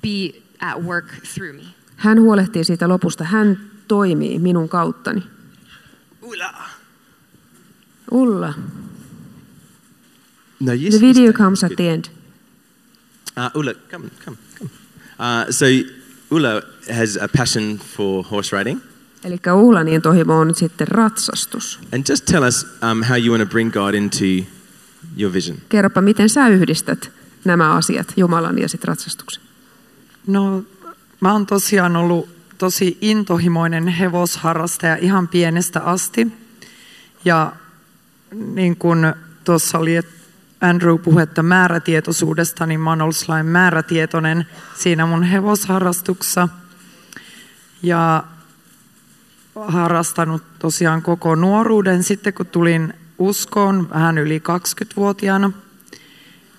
Speaker 7: be at work through me.
Speaker 2: hän huolehtii siitä lopusta. Hän toimii minun kauttani. Ulla,
Speaker 1: No, you
Speaker 2: the video comes at the end.
Speaker 1: Uh, Ulla, come, come, come. Uh, so Ulla has a passion for horse riding,
Speaker 2: Eli Uhlanien tohimo niin on nyt sitten ratsastus.
Speaker 1: and just tell us um, how you want to bring God into your vision.
Speaker 2: Kerropa, miten sä yhdistät nämä asiat, Jumalan ja sitten ratsastuksen.
Speaker 8: No, mä oon tosiaan ollut tosi intohimoinen hevosharrastaja ihan pienestä asti. Ja niin kuin tuossa oli et Andrew puhetta määrätietoisuudesta, niin mä oon ollut sellainen määrätietoinen siinä mun hevosharrastuksessa. Ja harrastanut tosiaan koko nuoruuden. Sitten kun tulin uskoon vähän yli 20-vuotiaana,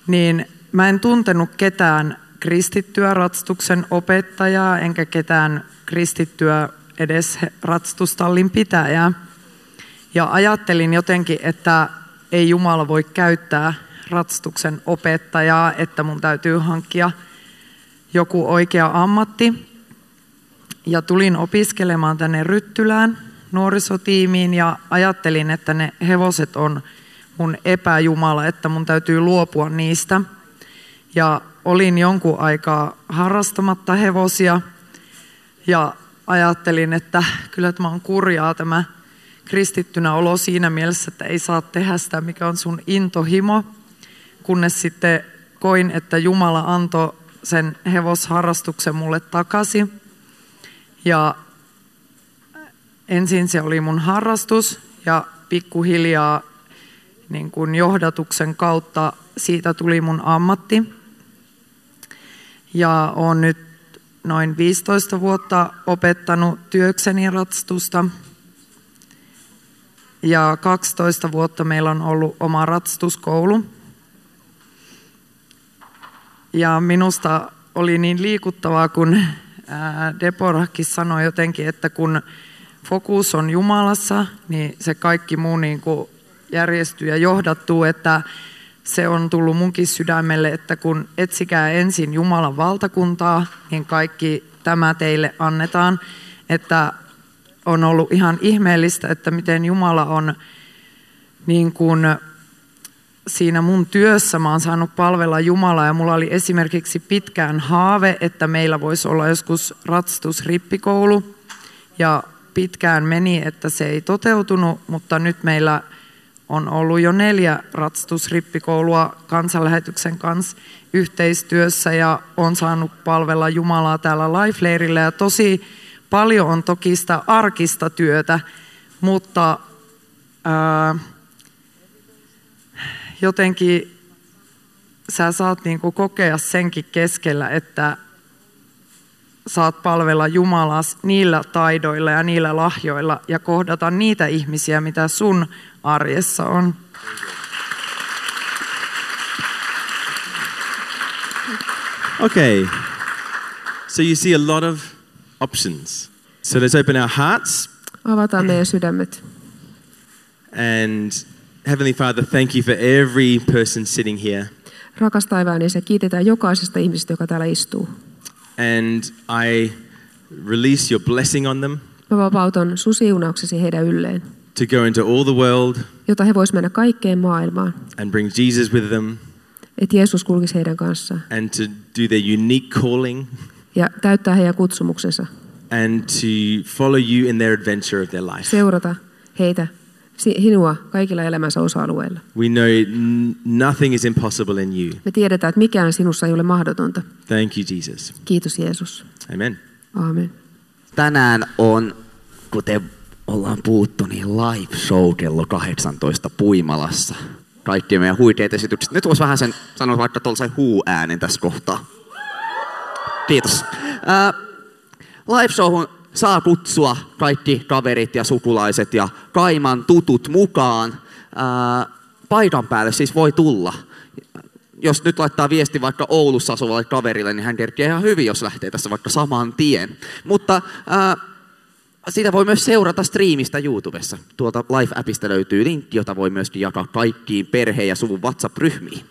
Speaker 8: niin mä en tuntenut ketään kristittyä ratsastuksen opettajaa, enkä ketään kristittyä edes he- ratsastustallin pitäjää. Ja ajattelin jotenkin, että ei Jumala voi käyttää ratsastuksen opettajaa, että mun täytyy hankkia joku oikea ammatti. Ja tulin opiskelemaan tänne Ryttylään nuorisotiimiin ja ajattelin, että ne hevoset on mun epäjumala, että mun täytyy luopua niistä. Ja olin jonkun aikaa harrastamatta hevosia ja ajattelin, että kyllä tämä on kurjaa tämä kristittynä olo siinä mielessä, että ei saa tehdä sitä, mikä on sun intohimo. Kunnes sitten koin, että Jumala antoi sen hevosharrastuksen mulle takaisin. Ja ensin se oli mun harrastus ja pikkuhiljaa niin kuin johdatuksen kautta siitä tuli mun ammatti. Ja olen nyt noin 15 vuotta opettanut työkseni ratsastusta. Ja 12 vuotta meillä on ollut oma ratsastuskoulu. Ja minusta oli niin liikuttavaa, kun ää, Deborahkin sanoi jotenkin, että kun fokus on Jumalassa, niin se kaikki muu niin kuin järjestyy ja johdattuu, että se on tullut munkin sydämelle, että kun etsikää ensin Jumalan valtakuntaa, niin kaikki tämä teille annetaan, että on ollut ihan ihmeellistä, että miten Jumala on niin kuin siinä mun työssä mä oon saanut palvella Jumalaa ja mulla oli esimerkiksi pitkään haave, että meillä voisi olla joskus ratsastusrippikoulu ja pitkään meni, että se ei toteutunut, mutta nyt meillä on ollut jo neljä ratsastusrippikoulua kansanlähetyksen kanssa yhteistyössä ja on saanut palvella Jumalaa täällä Lifeleirillä ja tosi paljon on toki sitä arkista työtä, mutta ää, jotenkin sä saat niin kuin kokea senkin keskellä, että saat palvella Jumalaa niillä taidoilla ja niillä lahjoilla ja kohdata niitä ihmisiä, mitä sun arjessa on.
Speaker 1: Okay. So you see a lot of options. So let's open our hearts
Speaker 2: Avataan meidän sydämet.
Speaker 1: and Heavenly Father, thank you for every person sitting here.
Speaker 2: Rakas taivaani, se kiitetään jokaisesta ihmisestä, joka täällä istuu.
Speaker 1: And I release your blessing on them
Speaker 2: Mä vapautan sun siunauksesi heidän ylleen,
Speaker 1: to go into all the world
Speaker 2: jota he vois mennä kaikkeen maailmaan.
Speaker 1: and bring Jesus with them
Speaker 2: Että Jeesus kulkisi heidän kanssaan
Speaker 1: and to do their unique calling
Speaker 2: ja täyttää heidän kutsumuksensa.
Speaker 1: and to follow you in their adventure of their life.
Speaker 2: Seurata heitä, si- hinua kaikilla elämänsä osa-alueilla.
Speaker 1: We know n- nothing is impossible in you.
Speaker 2: Me tiedetään, että mikään sinussa ei ole mahdotonta.
Speaker 1: Thank you, Jesus.
Speaker 2: Kiitos Jeesus.
Speaker 1: Amen.
Speaker 2: Aamen.
Speaker 9: tänään on, kuten ollaan puhuttu, niin live show kello 18 Puimalassa. Kaikki meidän huikeat esitykset. Nyt voisi vähän sen sanoa vaikka tuollaisen huu-äänen tässä kohtaa. Kiitos. Ää, live showhun saa kutsua kaikki kaverit ja sukulaiset ja kaiman tutut mukaan. Ää, paikan päälle siis voi tulla. Jos nyt laittaa viesti vaikka Oulussa asuvalle kaverille, niin hän kerkee ihan hyvin, jos lähtee tässä vaikka saman tien. Mutta ää, sitä voi myös seurata striimistä YouTubessa. Tuolta Live-appista löytyy linkki, jota voi myös jakaa kaikkiin perheen ja suvun WhatsApp-ryhmiin.